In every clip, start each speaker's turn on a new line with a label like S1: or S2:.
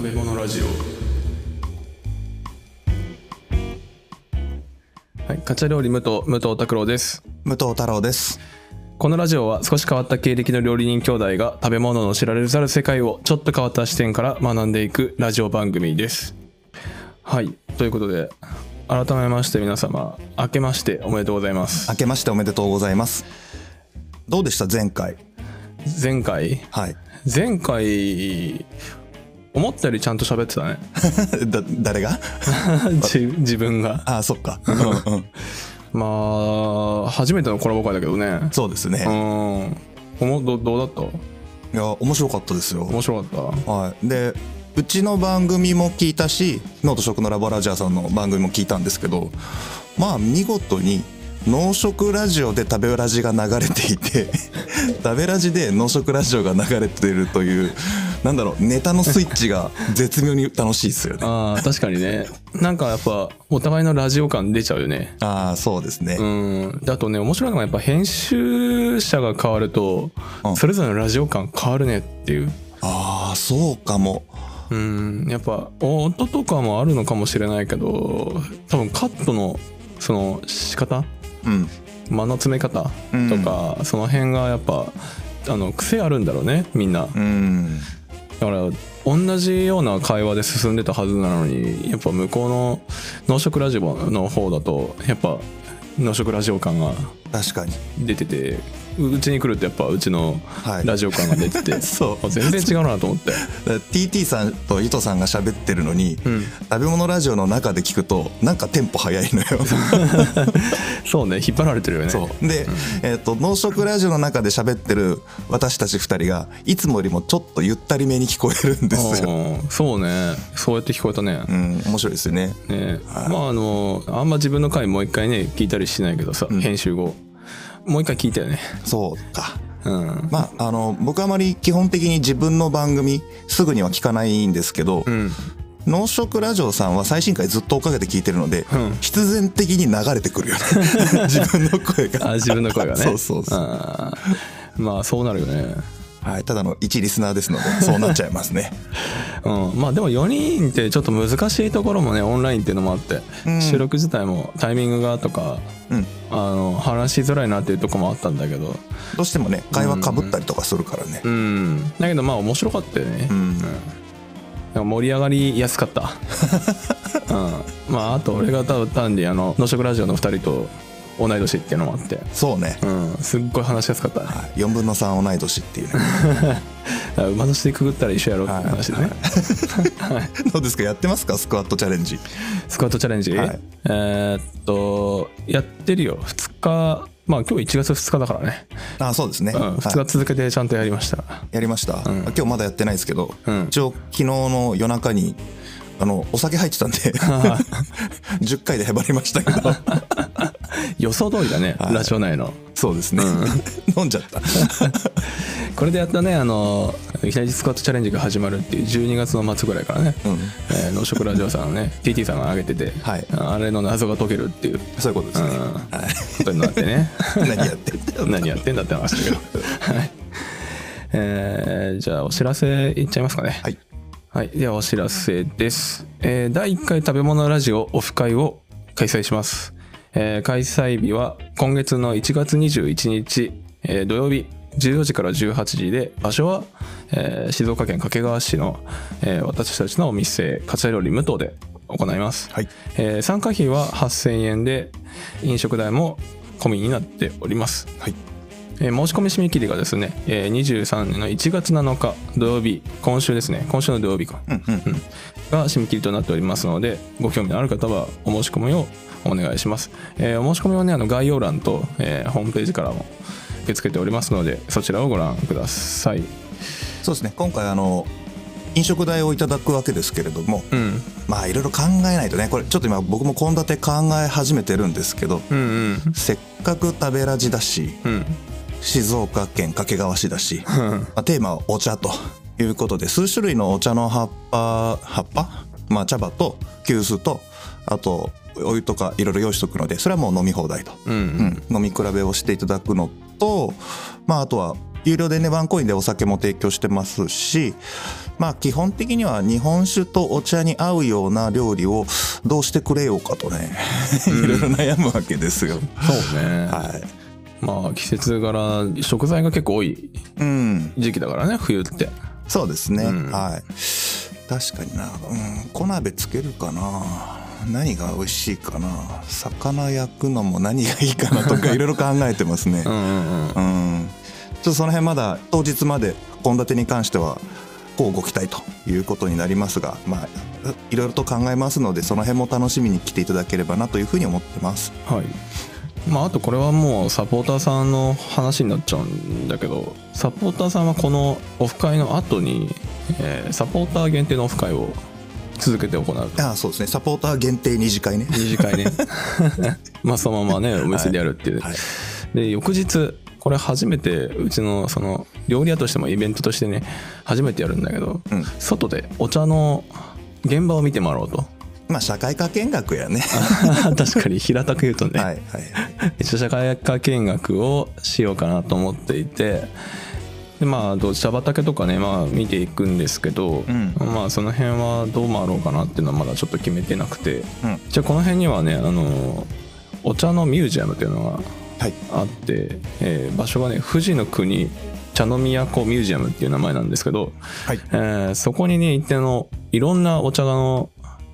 S1: メモのラジオ
S2: はい、カチャ料理武藤武藤拓郎です
S3: 武藤太郎です。
S2: このラジオは少し変わった経歴の料理人兄弟が食べ物の知られざる世界をちょっと変わった視点から学んでいくラジオ番組ですはいということで改めまして皆様明けましておめでとうございます
S3: 明けましておめでとうございます。どうでした前回。
S2: 前回
S3: はい。
S2: 前回思ったよりちゃんと喋ってたね
S3: だ、誰が
S2: 自 自分が
S3: ああ、そっか。 うん
S2: まあ初めてのコラボ会だけどね
S3: そうです
S2: う
S3: ね。
S2: んおもどどうだった
S3: いや、面白かったですよ。
S2: 面白かっ
S3: はい。で、うちの番組も聞いたし、脳と食のラボラジャーさんの番組も聞いたんですけど、まあ、見事に、農食ラジオで食べラジが流れていて、 食べラジで農食ラジオが流れてるという、なんだろう、ネタのスイッチが絶妙に楽しいですよ
S2: た
S3: ね。
S2: あー確かにねなんかやっぱお互いのラジオ感出ちゃうよね
S3: ああ、そうですね。
S2: うんであとね面白いのがやっぱ編集者が変わると
S3: うん
S2: それぞれのラジオ感変わるねっていう
S3: ああそうかも
S2: うんやっぱ音とかもあるのかもしれないけど多分カットのその仕方
S3: うん
S2: 間の詰め方とか、その辺がやっぱあの癖あるんだろうねみんな
S3: うん
S2: だから同じような会話で進んでたはずなのにやっぱ向こうの農食ラジオの方だとやっぱ農食ラジオ感が
S3: 確かに
S2: 出ててううちに来るとやっぱうちの
S3: はい
S2: ラジオ感が出て て、
S3: そう
S2: あ全然違うなと思って
S3: だから TT さんと伊藤さんが喋ってるのに、
S2: ん
S3: 食べ物ラジオの中で聞くとなんかテンポ早いのよ
S2: そうね引っ張られてるよね
S3: そう で、えっと農食ラジオの中で喋ってる私たち2人がいつもよりもちょっとゆったりめに聞こえるんですよ、
S2: うんそうねそうやって聞こえたね,
S3: う、ん、面白いですよね
S2: ねまああのあんま自分の回もう一回ね聞いたりしないけどさ、編集後もう一回聞いたよね
S3: そうか
S2: うん
S3: まああの僕あまり基本的に自分の番組すぐには聞かないんですけど、
S2: うん
S3: 農食ラジオさんは最新回ずっと追っかけて聞いてるので、
S2: うん
S3: 必然的に流れてくる よね自分の声
S2: あ
S3: が、
S2: 自分の声がね
S3: そうそうそう
S2: あーまあそうなるよね
S3: はい、ただの一リスナーですのでそうなっちゃいますね
S2: うん、まあでも4人ってちょっと難しいところもねオンラインっていうのもあって、
S3: うん
S2: 収録自体もタイミングがとか
S3: うん
S2: あの話しづらいなっていうところもあったんだけど
S3: どうしてもね会話かぶったりとかするからね
S2: うんだけどまあ面白かったよね、
S3: うん、
S2: なんか盛り上がりやすか った、うん、まああと俺が多分単にあの「農食ラジオ」の2人と同い年っていうのもあって、
S3: そうね、
S2: うん、すっごい話しやすかったね
S3: はい、4分の3同い年っていうね
S2: だから馬年でくぐったら一緒やろうって話でね、
S3: どうですかやってますかスクワットチャレンジ
S2: スクワットチャレンジ、
S3: はい
S2: えーっとやってるよ2日まあ今日1月2日だからね、
S3: あそうですね、
S2: うん、
S3: はい
S2: 2日続けてちゃんとやりました、
S3: やりました、
S2: ん
S3: 今日まだやってないですけど、
S2: うん
S3: 一応昨日の夜中にあのお酒入って たんで10回でへばりましたけど
S2: 予想通りだね、
S3: はい
S2: ラジオ内の
S3: そうですね、 飲んじゃった
S2: これでやったねあのいきなりスクワットチャレンジが始まるっていう12月の末ぐらいからね、
S3: うん
S2: えー農食ラジオさんのね TT さんが上げてて、
S3: はい
S2: あれの謎が解けるっていう
S3: そういうこと ですね。は
S2: ことになって ね
S3: い。何やってんだよ。
S2: 何やってんだって話 だけどはいえーじゃあお知らせいっちゃいますかね
S3: はい。
S2: はい、ではお知らせです。えー第1回食べ物ラジオオフ会を開催します。えー開催日は今月の1月21日、えー土曜日14時から18時で、場所は、えー静岡県掛川市の、えー私たちのお店、カツャ料理無糖で行います。
S3: はい。
S2: えー参加費は8000円で、飲食代も込みになっております。
S3: はい。
S2: えー申し込み締め切りがですね、えー23年の1月7日土曜日今週ですね今週の土曜日か、
S3: うんうん。
S2: うんが締め切りとなっておりますのでご興味のある方はお申し込みをお願いします、えーお申し込みはねあの概要欄と、えーホームページからも受け付けておりますのでそちらをご覧ください
S3: そうですね。今回あの飲食代をいただくわけですけれども、
S2: うん
S3: まあいろいろ考えないとね。これちょっと今僕も献立考え始めてるんですけど、
S2: うんうん
S3: せっかく食べラジだし、
S2: うん
S3: 静岡県掛川市だし、まあ、テーマはお茶ということで数種類のお茶の葉っぱ葉っぱ、まあ、茶葉と急須とあとお湯とかいろいろ用意しとくのでそれはもう飲み放題と、
S2: うん
S3: うん飲み比べをしていただくのと、まあ、あとは有料でねワンコインでお酒も提供してますしまあ基本的には日本酒とお茶に合うような料理をどうしてくれようかとね、いろいろ悩むわけですよ。
S2: そうね、
S3: はい。
S2: まあ季節柄食材が結構多い
S3: うん。
S2: 時期だからね冬って
S3: そうですね。
S2: うん
S3: はい。確かにな。うん。小鍋つけるかな。何が美味しいかな。魚焼くのも何がいいかなとかいろいろ考えてますね
S2: う。んうんうん
S3: うん。ちょっとその辺まだ当日まで献立に関してはこうご期待ということになりますが、まあいろいろと考えますので、その辺も楽しみに来ていただければなというふうに思ってます。
S2: はいまああとこれはもうサポーターさんの話になっちゃうんだけどサポーターさんはこのオフ会の後に、えーサポーター限定のオフ会を続けて行う
S3: ああ、そうですね。サポーター限定二次会ね。
S2: 二次会 ねまあそのままねお店でやるっていう、
S3: はい。
S2: で翌日これ初めてうちのその料理屋としてもイベントとしてね初めてやるんだけど、
S3: うん
S2: 外でお茶の現場を見てもらお うと
S3: まあ社会科見学やね。
S2: 確かに平たく言うとね、
S3: はいはい。
S2: 一応社会科見学をしようかなと思っていてでまあどう茶畑とかね、まあ、見ていくんですけど、
S3: ん
S2: まあその辺はどう回ろうかなっていうのはまだちょっと決めてなくて、
S3: うん
S2: じゃあこの辺にはねあのお茶のミュージアムっていうのが
S3: はい。
S2: あって、えー場所がね富士の国茶の都ミュージアムっていう名前なんですけど、
S3: はい
S2: えーそこにね一定のいろんなお茶の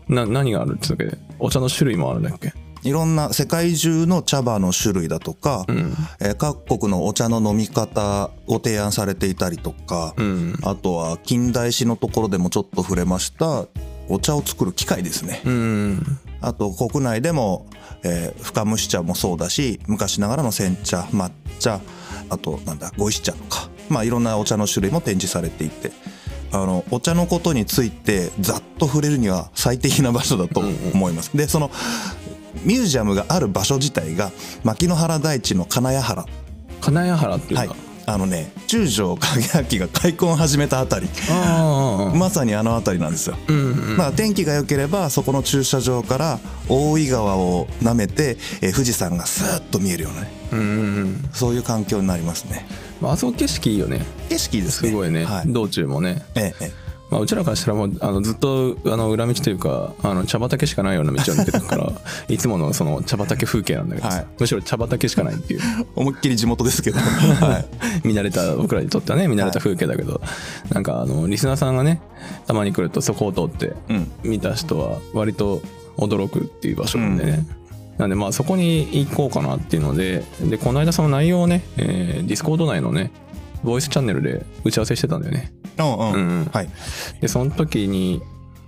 S2: な何があるってだけでお茶の種類もあるんだっけ
S3: いろんな世界中の茶葉の種類だとか、
S2: うん
S3: えー各国のお茶の飲み方を提案されていたりとか、
S2: うん
S3: あとは近代史のところでもちょっと触れましたお茶を作る機械ですね。
S2: うん
S3: あと国内でも、えー深蒸し茶もそうだし昔ながらの煎茶抹茶あとなんだ碁石茶とか、まあ、いろんなお茶の種類も展示されていてあのお茶のことについてざっと触れるには最適な場所だと思います。でそのミュージアムがある場所自体が牧之原大地の金谷原
S2: 金谷原っていう
S3: は
S2: の
S3: い
S2: が、
S3: あのね中条景明が開墾を始めたあたり
S2: ああ
S3: まさにあのあたりなんですよ。
S2: うんうん
S3: まあ、天気が良ければそこの駐車場から大井川を舐めて、えー富士山がスーッと見えるようなね
S2: うんうんうん
S3: そういう環境になりますね
S2: まああそこ景色いいよね
S3: 景色いいですね
S2: すごいね、
S3: はい
S2: 道中もね
S3: えええ
S2: まあ、うちらからしたらもうあのずっとあの裏道というかあの茶畑しかないような道を抜けてる からいつものその茶畑風景なんだけどさ、
S3: はい
S2: むしろ茶畑しかないって いう
S3: え思いっきり地元ですけど、 はい、
S2: 見慣れた僕らにとってはね見慣れた風景だけど、なんかあのリスナーさんがねたまに来るとそこを通って
S3: うん
S2: 見た人は割と驚くっていう場所なんでね、なんでまあそこに行こうかなっていうのででこの間その内容をね、えー、ディスコード内のねボイスチャンネルで打ち合わせしてたんだよね
S3: うんうん、
S2: うんうん
S3: はい
S2: でその時に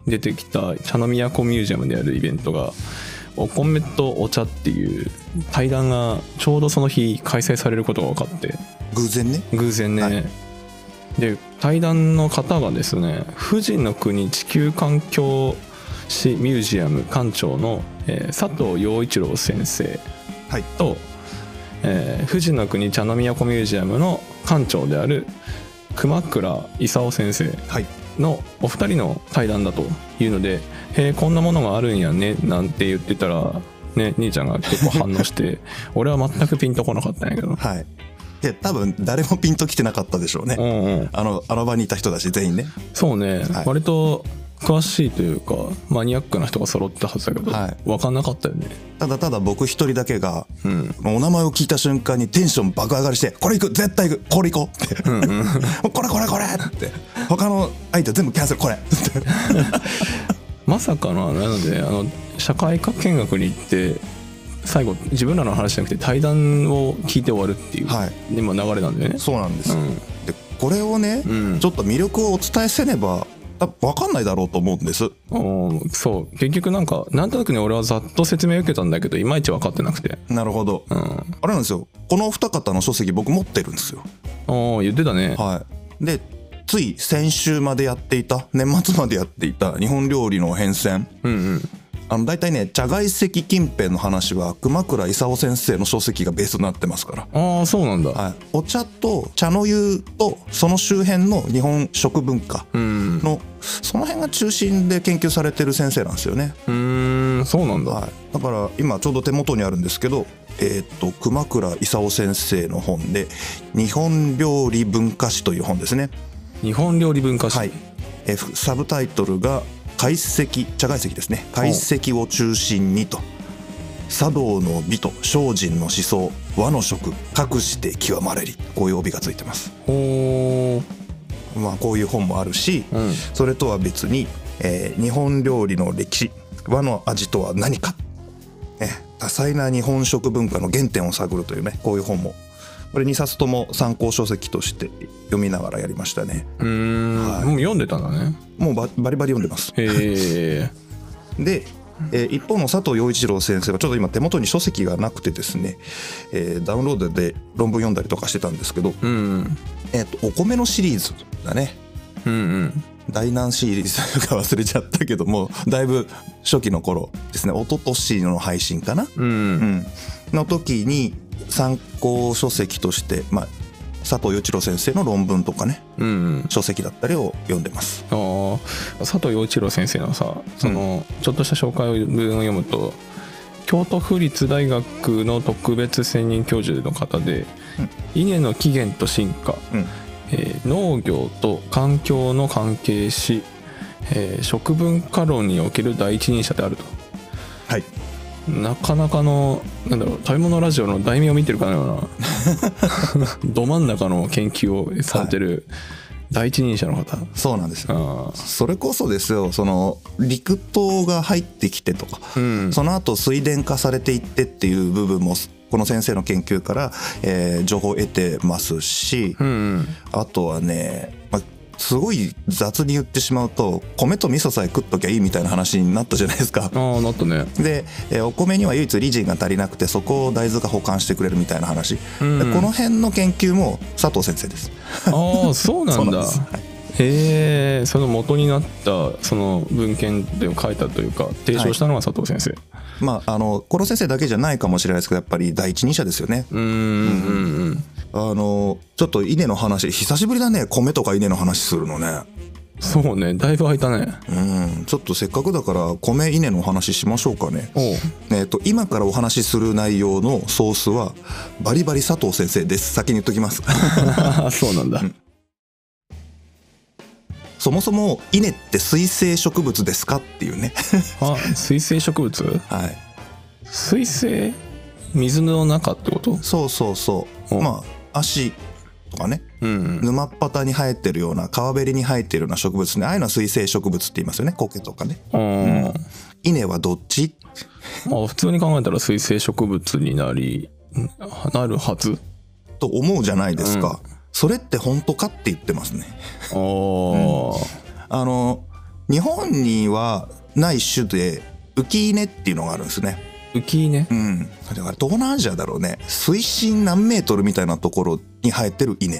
S2: 出てきた茶の都ミュージアムでやるイベントがお米とお茶っていう対談がちょうどその日開催されることが分かって
S3: 偶然ね
S2: 偶然ね、
S3: は
S2: で対談の方がですね富士の国地球環境史ミュージアム館長の、えー佐藤陽一郎先生
S3: はい
S2: と、えー富士の国茶の都ミュージアムの館長である熊倉功先生
S3: はい
S2: のお二人の対談だというので「へえこんなものがあるんやね」なんて言ってたら、ね、兄ちゃんが結構反応して 俺は全くピンとこなかったんやけど
S3: はいで多分誰もピンときてなかったでしょうね、
S2: うんうん
S3: あのあの場にいた人だし全員ね
S2: そうね、
S3: はい
S2: 割と詳しいというかマニアックな人が揃ったはずだけど、
S3: はい
S2: 分かんなかったよね
S3: ただただ僕一人だけが
S2: うん
S3: お名前を聞いた瞬間にテンション爆上がりして「これ行く絶対行くこれ行こう」って「 これこれこれ」って他の相手全部キャンセルこれって
S2: まさかのなのであの社会科見学に行って最後自分らの話じゃなくて対談を聞いて終わるっていう、
S3: はい
S2: 今流れなんだよね
S3: そうなんですよ、
S2: うん
S3: でこれをね、
S2: うん
S3: ちょっと魅力をお伝えせねば多分分かんないだろうと思うんです
S2: うんそう結局なんかなんとなくね俺はざっと説明受けたんだけどいまいち分かってなくて
S3: なるほど、
S2: う
S3: あ
S2: ん
S3: れなんですよこのお二方の書籍僕持ってるんですよ
S2: おー言ってたね
S3: はいでつい先週までやっていた年末までやっていた日本料理の変遷
S2: うんうん
S3: あの大体ね茶外石近辺の話は熊倉功先生の書籍がベースになってますから
S2: ああそうなんだ、
S3: はい、お茶と茶の湯とその周辺の日本食文化
S2: うん
S3: のその辺が中心で研究されてる先生なんですよね、
S2: うーんそうなんだ、
S3: はい、だから今ちょうど手元にあるんですけど、えーっと熊倉功先生の本で「日本料理文化史」という本ですね
S2: 日本料理文化史、
S3: はいえーサブタイトルが「解析茶解析ですね解析を中心に」と「茶道の美と精進の思想和の食隠して極まれり」こういう帯がついてます。
S2: おー
S3: まあ、こういう本もあるし、
S2: うん
S3: それとは別に、えー日本料理の歴史和の味とは何か、ね、多彩な日本食文化の原点を探るというねこういう本もこれ2冊とも参考書籍として読みながらやりましたね
S2: うーん、
S3: はい
S2: もう読んでたんだね
S3: もうババリバリ読んでます
S2: へえ
S3: で、えー一方の佐藤陽一郎先生はちょっと今手元に書籍がなくてですね、えーダウンロードで論文読んだりとかしてたんですけど、
S2: うん
S3: えー、とお米のシリーズだね
S2: うんうん
S3: 大南シリーズか忘れちゃったけども だいぶ初期の頃ですね一昨年の配信かな、
S2: う
S3: うんん、の時に参考書籍として、まあ、佐藤与一郎先生の論文とかね
S2: うんうん
S3: 書籍だったりを読んでます。
S2: あー佐藤陽一郎先生のさその、ちょっとした紹介文を読むと京都府立大学の特別専任教授の方で、稲の起源と進化、
S3: うん
S2: えー農業と環境の関係し、えー食文化論における第一人者であると
S3: はい、
S2: なかなかのなんだろう食べ物ラジオの題名を見てるかのような ど真ん中の研究をされてる第一人者の方、
S3: そうなんですよ
S2: あー
S3: それこそですよその陸島が入ってきてとか、
S2: うん
S3: その後水田化されていってっていう部分もこの先生の研究から、えー情報を得てますし、
S2: うんうん
S3: あとはね、まあ、すごい雑に言ってしまうと米と味噌さえ食っときゃいいみたいな話になったじゃないですか。
S2: ああなったね
S3: で、えーお米には唯一リジンが足りなくてそこを大豆が保管してくれるみたいな話、で
S2: うん
S3: この辺の研究も佐藤先生です。
S2: ああ そうな
S3: そうんなん
S2: だ
S3: ですはい
S2: へえその元になったその文献で書いたというか提唱したのが佐藤先生、
S3: まああのこの先生だけじゃないかもしれないですけどやっぱり第一人者ですよね。
S2: うーんうんうん
S3: あのちょっと稲の話久しぶりだね米とか稲の話するのね。
S2: そうねだいぶ空いたね
S3: うんちょっとせっかくだから米稲の話しましょうかね。
S2: おう
S3: えー、と今からお話しする内容のソースはバリバリ佐藤先生です先に言っときます
S2: あー そうなんだ
S3: そもそも稲って水生植物ですかっていうね
S2: あ水生植物
S3: はい
S2: 水生水の中ってこと
S3: そうそうそう
S2: お
S3: まあ足とかね
S2: うん
S3: 沼っ端に生えてるような川べりに生えてるような植物ねああいうのは水生植物って言いますよね苔とかね
S2: あー
S3: 稲はどっち
S2: まあ普通に考えたら水生植物になりんなるはず
S3: と思うじゃないですか、それって本当かって言ってますね
S2: あー
S3: あの日本にはない種で浮稲っていうのがあるんですね
S2: 浮きね
S3: うん、だから東南アジアだろうね水深何メートルみたいなところに生えてる稲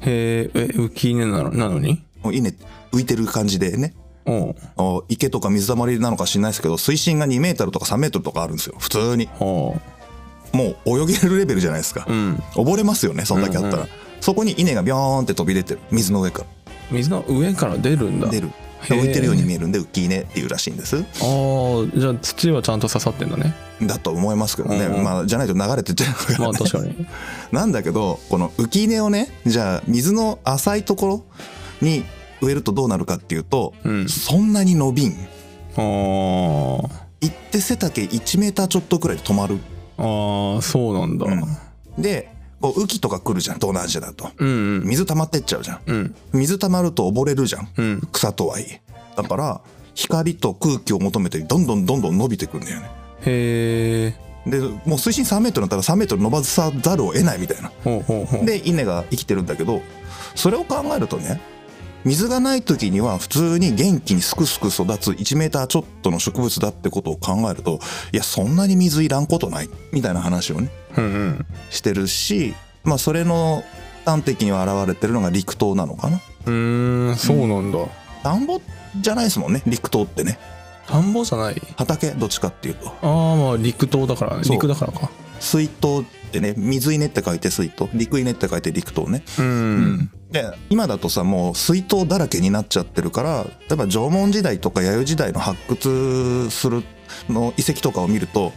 S2: へーえ浮きねなのなのに
S3: もう稲浮いてる感じでね
S2: うん
S3: お池とか水たまりなのか知んないですけど水深が2メートルとか3メートルとかあるんですよ普通に
S2: は
S3: もう泳げるレベルじゃないですか
S2: あう、ん
S3: 溺れますよねそんだけあったら、
S2: うんう
S3: そこに稲がビョーンって飛び出てる水の上か
S2: 水の上から出るんだ
S3: ら出る
S2: へー
S3: 浮いてるように見えるんで浮き稲っていうらしいんです
S2: ああじゃあ土はちゃんと刺さってんだ ね
S3: だと思いますけどね、
S2: うんうん
S3: まあじゃないと流れてっちゃうから、ね
S2: まあ確かに
S3: なんだけどこの浮稲をねじゃあ水の浅いところに植えるとどうなるかっていうと、
S2: うん
S3: そんなに伸びん
S2: あ
S3: 行って背丈1メーターちょっとくらいで止まる
S2: ああーそうなんだ、
S3: うんでこう雨季とか来るじゃん東南アジアだと
S2: うん、うん
S3: 水溜まってっちゃうじゃん
S2: うん
S3: 水溜まると溺れるじゃん
S2: うん
S3: 草とはいえだから光と空気を求めてどんどんどんどん伸びてくんだよね
S2: へえ
S3: でもう水深3メートルだったら3メートル伸ばさざるを得ないみたいな
S2: ほうほうほう
S3: で稲が生きてるんだけどそれを考えるとね水がない時には普通に元気にすくすく育つ1メーターちょっとの植物だってことを考えるといやそんなに水いらんことないみたいな話をね
S2: うんうん
S3: してるしまあそれの端的には現れてるのが陸島なのかな
S2: うーんそうなんだ、
S3: 田んぼじゃないですもんね陸島ってね
S2: 田んぼじゃない
S3: 畑どっちかっていうと
S2: ああまあ陸島だからね
S3: そう
S2: 陸だからか
S3: 水稲ってね水稲って書いて水稲陸稲って書いて陸稲ね
S2: うん、
S3: で今だとさもう水筒だらけになっちゃってるから例えば縄文時代とか弥生時代の発掘するの遺跡とかを見ると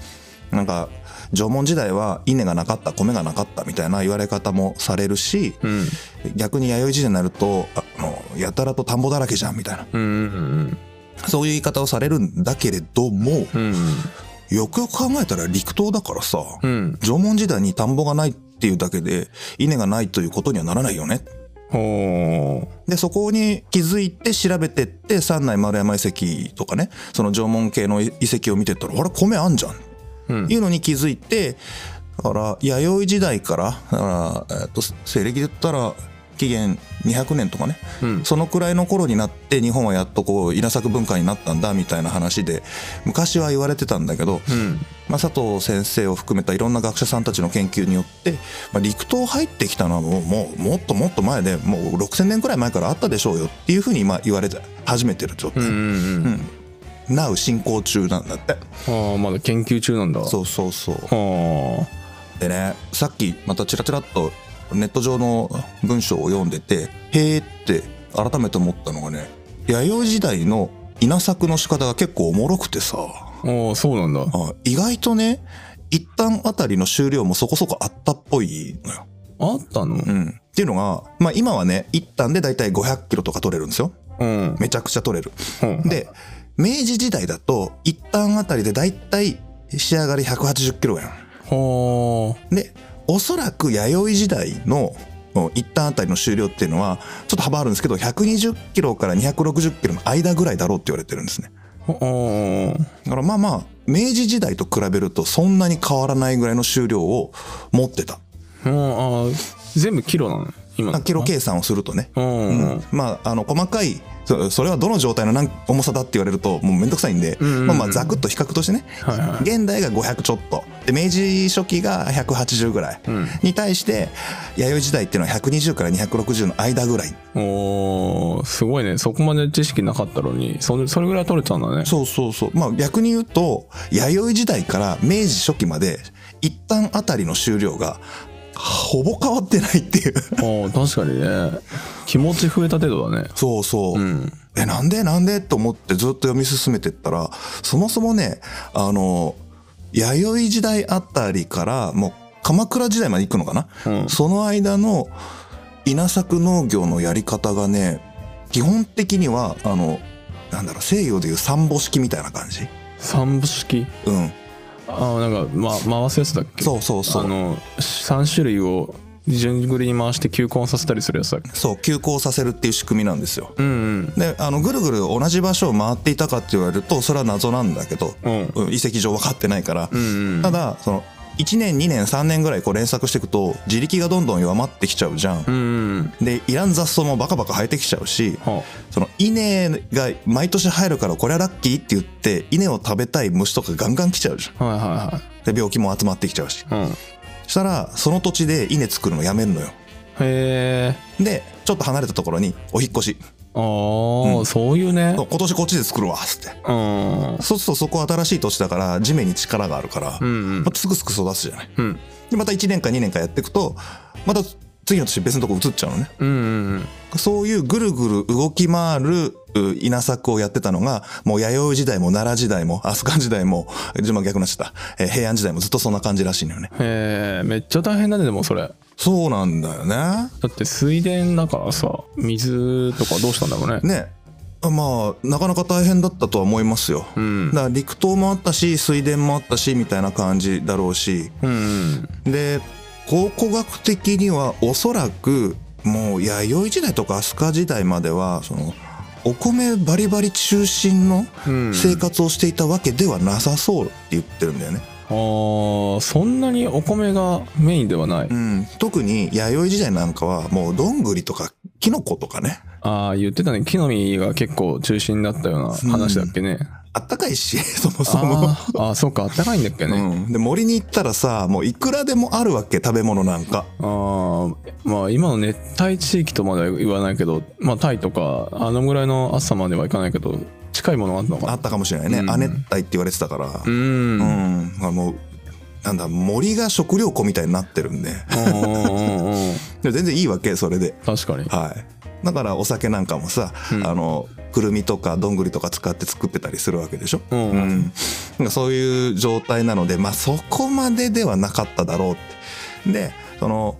S3: なんか縄文時代は稲がなかった米がなかったみたいな言われ方もされるし、
S2: うん
S3: 逆に弥生時代になるとああのやたらと田んぼだらけじゃんみたいな
S2: うんうん
S3: そういう言い方をされるんだけれども
S2: うんうん
S3: よくよく考えたら陸島だからさ、
S2: うん
S3: 縄文時代に田んぼがないっていうだけで稲がないということにはならないよね
S2: ほ
S3: で、そこに気づいて調べてって、三内丸山遺跡とかね、その縄文系の遺跡を見てったら、あれ、米あんじゃん。
S2: ううん
S3: いうのに気づいて、だから、弥生時代から、だから、えっと、西暦で言ったら、紀元200年とかね、
S2: うん
S3: そのくらいの頃になって、日本はやっとこう、稲作文化になったんだ、みたいな話で、昔は言われてたんだけど、
S2: うん
S3: まあ、佐藤先生を含めたいろんな学者さんたちの研究によって、まあ、陸島入ってきたのはもうもうもっともっと前でもう6,000年くらい前からあったでしょうよっていうふうにまあ言われて始めてる状
S2: う
S3: 態、
S2: んうんうん
S3: なう進行中なんだって
S2: ああまだ研究中なんだ
S3: そうそうそう
S2: は
S3: でねさっきまたチラチラっとネット上の文章を読んでてへーって改めて思ったのがね弥生時代の稲作の仕方が結構おもろくてさ
S2: あああそうなんだ
S3: あ意外とね一旦あたりの終了もそこそこあったっぽいのよ
S2: あったの
S3: うん、っていうのが、まあ、今はね一旦で大体500キロとか取れるんですよ
S2: うん
S3: めちゃくちゃ取れる
S2: うん
S3: で明治時代だと一旦あたりで大体仕上がり180キロや
S2: は
S3: んでおそらく弥生時代のうん一旦あたりの終了っていうのはちょっと幅あるんですけど120キロから260キロの間ぐらいだろうって言われてるんですね
S2: あは
S3: だからまあまあ明治時代と比べるとそんなに変わらないぐらいの終了を持ってた
S2: あああ全部キロなの今の
S3: あキロ計算をするとね
S2: うんうん
S3: まあ、あの細かいそそれはどの状態の何重さだって言われるともうめんどくさいんで、
S2: うんうんうん
S3: まあ、まあざくっと比較としてね、
S2: はいはい
S3: 現代が500ちょっとで明治初期が180ぐらい、
S2: ん
S3: に対して弥生時代っていうのは120から260の間ぐらい
S2: おーすごいねそこまで知識なかったのにそれそれぐらい取れてたんだね
S3: そうそうそうまあ逆に言うと弥生時代から明治初期まで一旦あたりの終了がほぼ変わってないっていう
S2: あー確かにね気持ち増えた程度だね
S3: そうそう、
S2: うん
S3: えなんでなんでと思ってずっと読み進めてったらそもそもねあの弥生時代あたりからもう鎌倉時代まで行くのかな、
S2: うん
S3: その間の稲作農業のやり方がね基本的にはあのなんだろう西洋でいう三母式みたいな感じ
S2: 三部式
S3: うん
S2: ああなんか、ま、回すやつだっけ
S3: そうそうそ
S2: あ
S3: う
S2: の3種類を順繰りに回して球根させたりするやつだっけ
S3: そう休校させるっていう仕組みなんですよ
S2: うん
S3: であのぐるぐる同じ場所を回っていたかって言われるとそれは謎なんだけど、
S2: うんうん
S3: うん遺跡上分かってないから、
S2: うんうん
S3: ただその1年2年3年ぐらいこう連作していくと自力がどんどん弱まってきちゃうじゃん
S2: う。んうん
S3: でいらん雑草もバカバカ生えてきちゃうし
S2: は
S3: その稲が毎年生えるからこれはラッキーって言って稲を食べたい虫とかガンガン来ちゃうじゃん。
S2: はいは
S3: で病気も集まってきちゃうし
S2: いはいうん
S3: そしたらその土地で稲作るのやめるのよ。
S2: へえ
S3: でちょっと離れたところにお引っ越し
S2: ああ、
S3: うん
S2: そういうね
S3: そう今年こっちで作るわっつって
S2: うん
S3: そうするとそこは新しい土地だから地面に力があるから、
S2: う
S3: ま
S2: ん
S3: あすくすく育つじゃない。
S2: うん
S3: でまた1年か2年かやっていくとまた次の年別のとこ移っちゃうのね
S2: うんうん
S3: そういうぐるぐる動き回るう稲作をやってたのがもう弥生時代も奈良時代も飛鳥時代も自分は逆になっちゃった、えー平安時代もずっとそんな感じらしいのよね
S2: へえめっちゃ大変だねでもそれ
S3: そうなんだよね
S2: だって水田だからさ水とかどうしたんだろうね
S3: ねまあなかなか大変だったとは思いますよ、
S2: うん
S3: だから陸島もあったし水田もあったしみたいな感じだろうし
S2: うん
S3: で考古学的にはおそらくもう弥生時代とか飛鳥時代まではそのお米バリバリ中心の
S2: うん
S3: 生活をしていたわけではなさそうって言ってるんだよね、
S2: あーそんなにお米がメインではない
S3: うん、特に弥生時代なんかはもうどんぐりとかキノコとかね
S2: ああ言ってたね木の実が結構中心だったような話だっけね
S3: あったかいし そもそも、
S2: あーあーそうかあったかいんだっけ
S3: う
S2: ね
S3: ん、で森に行ったらさもういくらでもあるわけ食べ物なんか
S2: あーまあ今の熱帯地域とまでは言わないけどまあタイとかあのぐらいの暑さまではいかないけど近いものがあったのか
S3: あ
S2: な
S3: ったかもしれないね、
S2: うん
S3: 亜熱帯って言われてたから
S2: う
S3: うんん
S2: うん、
S3: あもうなんだ森が食料庫みたいになってるんで
S2: うんうんうん
S3: で全然いいわけそれで
S2: 確かに
S3: はいだからお酒なんかもさ、あのくるみとかどんぐりとか使って作ってたりするわけでしょ、
S2: うん
S3: なんかそういう状態なのでまあそこまでではなかっただろうってでその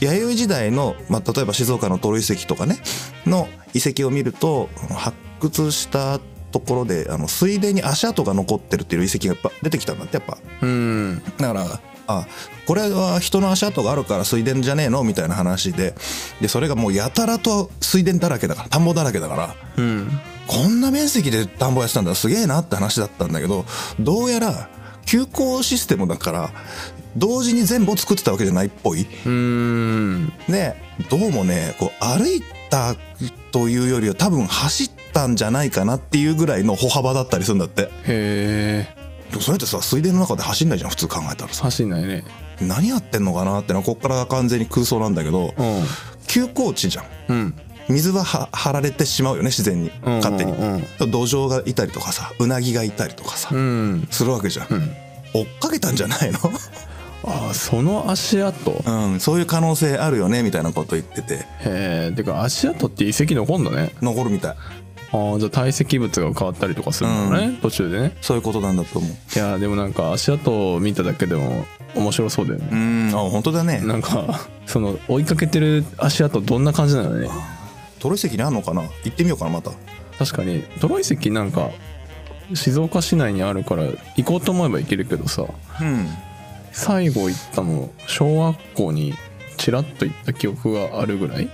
S3: 弥生時代の、まあ、例えば静岡のトロ遺跡とかねの遺跡を見ると発掘したところであの水田に足跡が残ってるっていう遺跡がやっぱ出てきたんだってやっぱ
S2: うん
S3: だからあこれは人の足跡があるから水田じゃねえのみたいな話ででそれがもうやたらと水田だらけだから田んぼだらけだから
S2: うん
S3: こんな面積で田んぼやってたんだすげえなって話だったんだけどどうやら休校システムだから同時に全部を作ってたわけじゃないっぽい。
S2: うん
S3: でどうもねこう歩いたというよりは多分走ったんじゃないかなっていうぐらいの歩幅だったりするんだって
S2: へえ
S3: でもそれってさ水田の中で走んないじゃん普通考えたらさ
S2: 走んないね
S3: 何やってんのかなってのはこっから完全に空想なんだけど休耕地じゃん
S2: うんうん
S3: 水はは張られてしまうよね自然に
S2: うん
S3: 勝手に
S2: うん
S3: 土壌がいたりとかさうなぎがいたりとかさ
S2: うん
S3: するわけじゃん
S2: うん
S3: 追っかけたんじゃない の、
S2: ああその足跡
S3: うん、そういう可能性あるよねみたいなこと言ってて
S2: へえてか足跡って遺跡残んだね
S3: 残るみたい
S2: ああじゃあ堆積物が変わったりとかするのね、途中でね
S3: そういうことなんだと思う
S2: いやーでもなんか足跡を見ただけでも面白そうだよね
S3: うんあ本当だね
S2: なんかその追いかけてる足跡どんな感じなのね
S3: トロ遺跡にあんのかな行ってみようかなまた
S2: 確かにトロ遺跡なんか静岡市内にあるから行こうと思えば行けるけどさ
S3: うん
S2: 最後行ったの小学校にちらっと行った記憶があるぐらい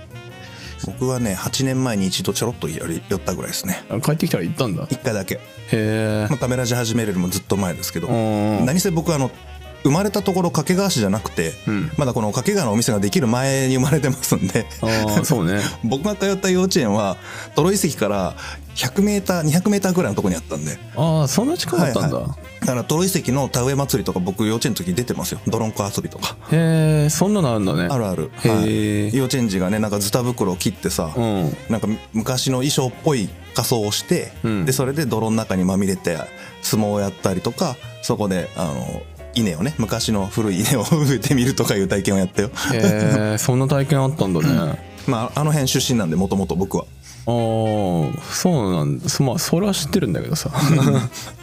S3: 僕はね8年前に一度ちょろっと寄り寄ったぐらいですね
S2: あ帰ってきたら行ったんだへ
S3: 1回だけ、
S2: え
S3: まあ、ためらじ始めるよりもずっと前ですけど
S2: うん
S3: 何せ僕あの生まれたところ掛川市じゃなくて、
S2: うん
S3: まだこの掛川のお店ができる前に生まれてますんで
S2: ああそうね
S3: 僕が通った幼稚園はトロ遺跡から100メーター200メーターぐらいのとこにあったんで
S2: ああそんな近かったんだ、
S3: はいだからトロ遺跡の田植え祭りとか僕幼稚園の時に出てますよ泥んこ遊びとか
S2: へえそんなのあるんだね
S3: あるある、
S2: へ
S3: はい
S2: え
S3: 幼稚園児がねなんかズタ袋を切ってさ、
S2: うん
S3: なんか昔の衣装っぽい仮装をして、
S2: うん
S3: でそれで泥の中にまみれて相撲をやったりとかそこであの稲をね昔の古い稲を植えてみるとかいう体験をやったよ、
S2: へえそんな体験あったんだね、あ
S3: まあ、あの辺出身なんでもともと 僕は
S2: あそうなんだそまあそれは知ってるんだけどさ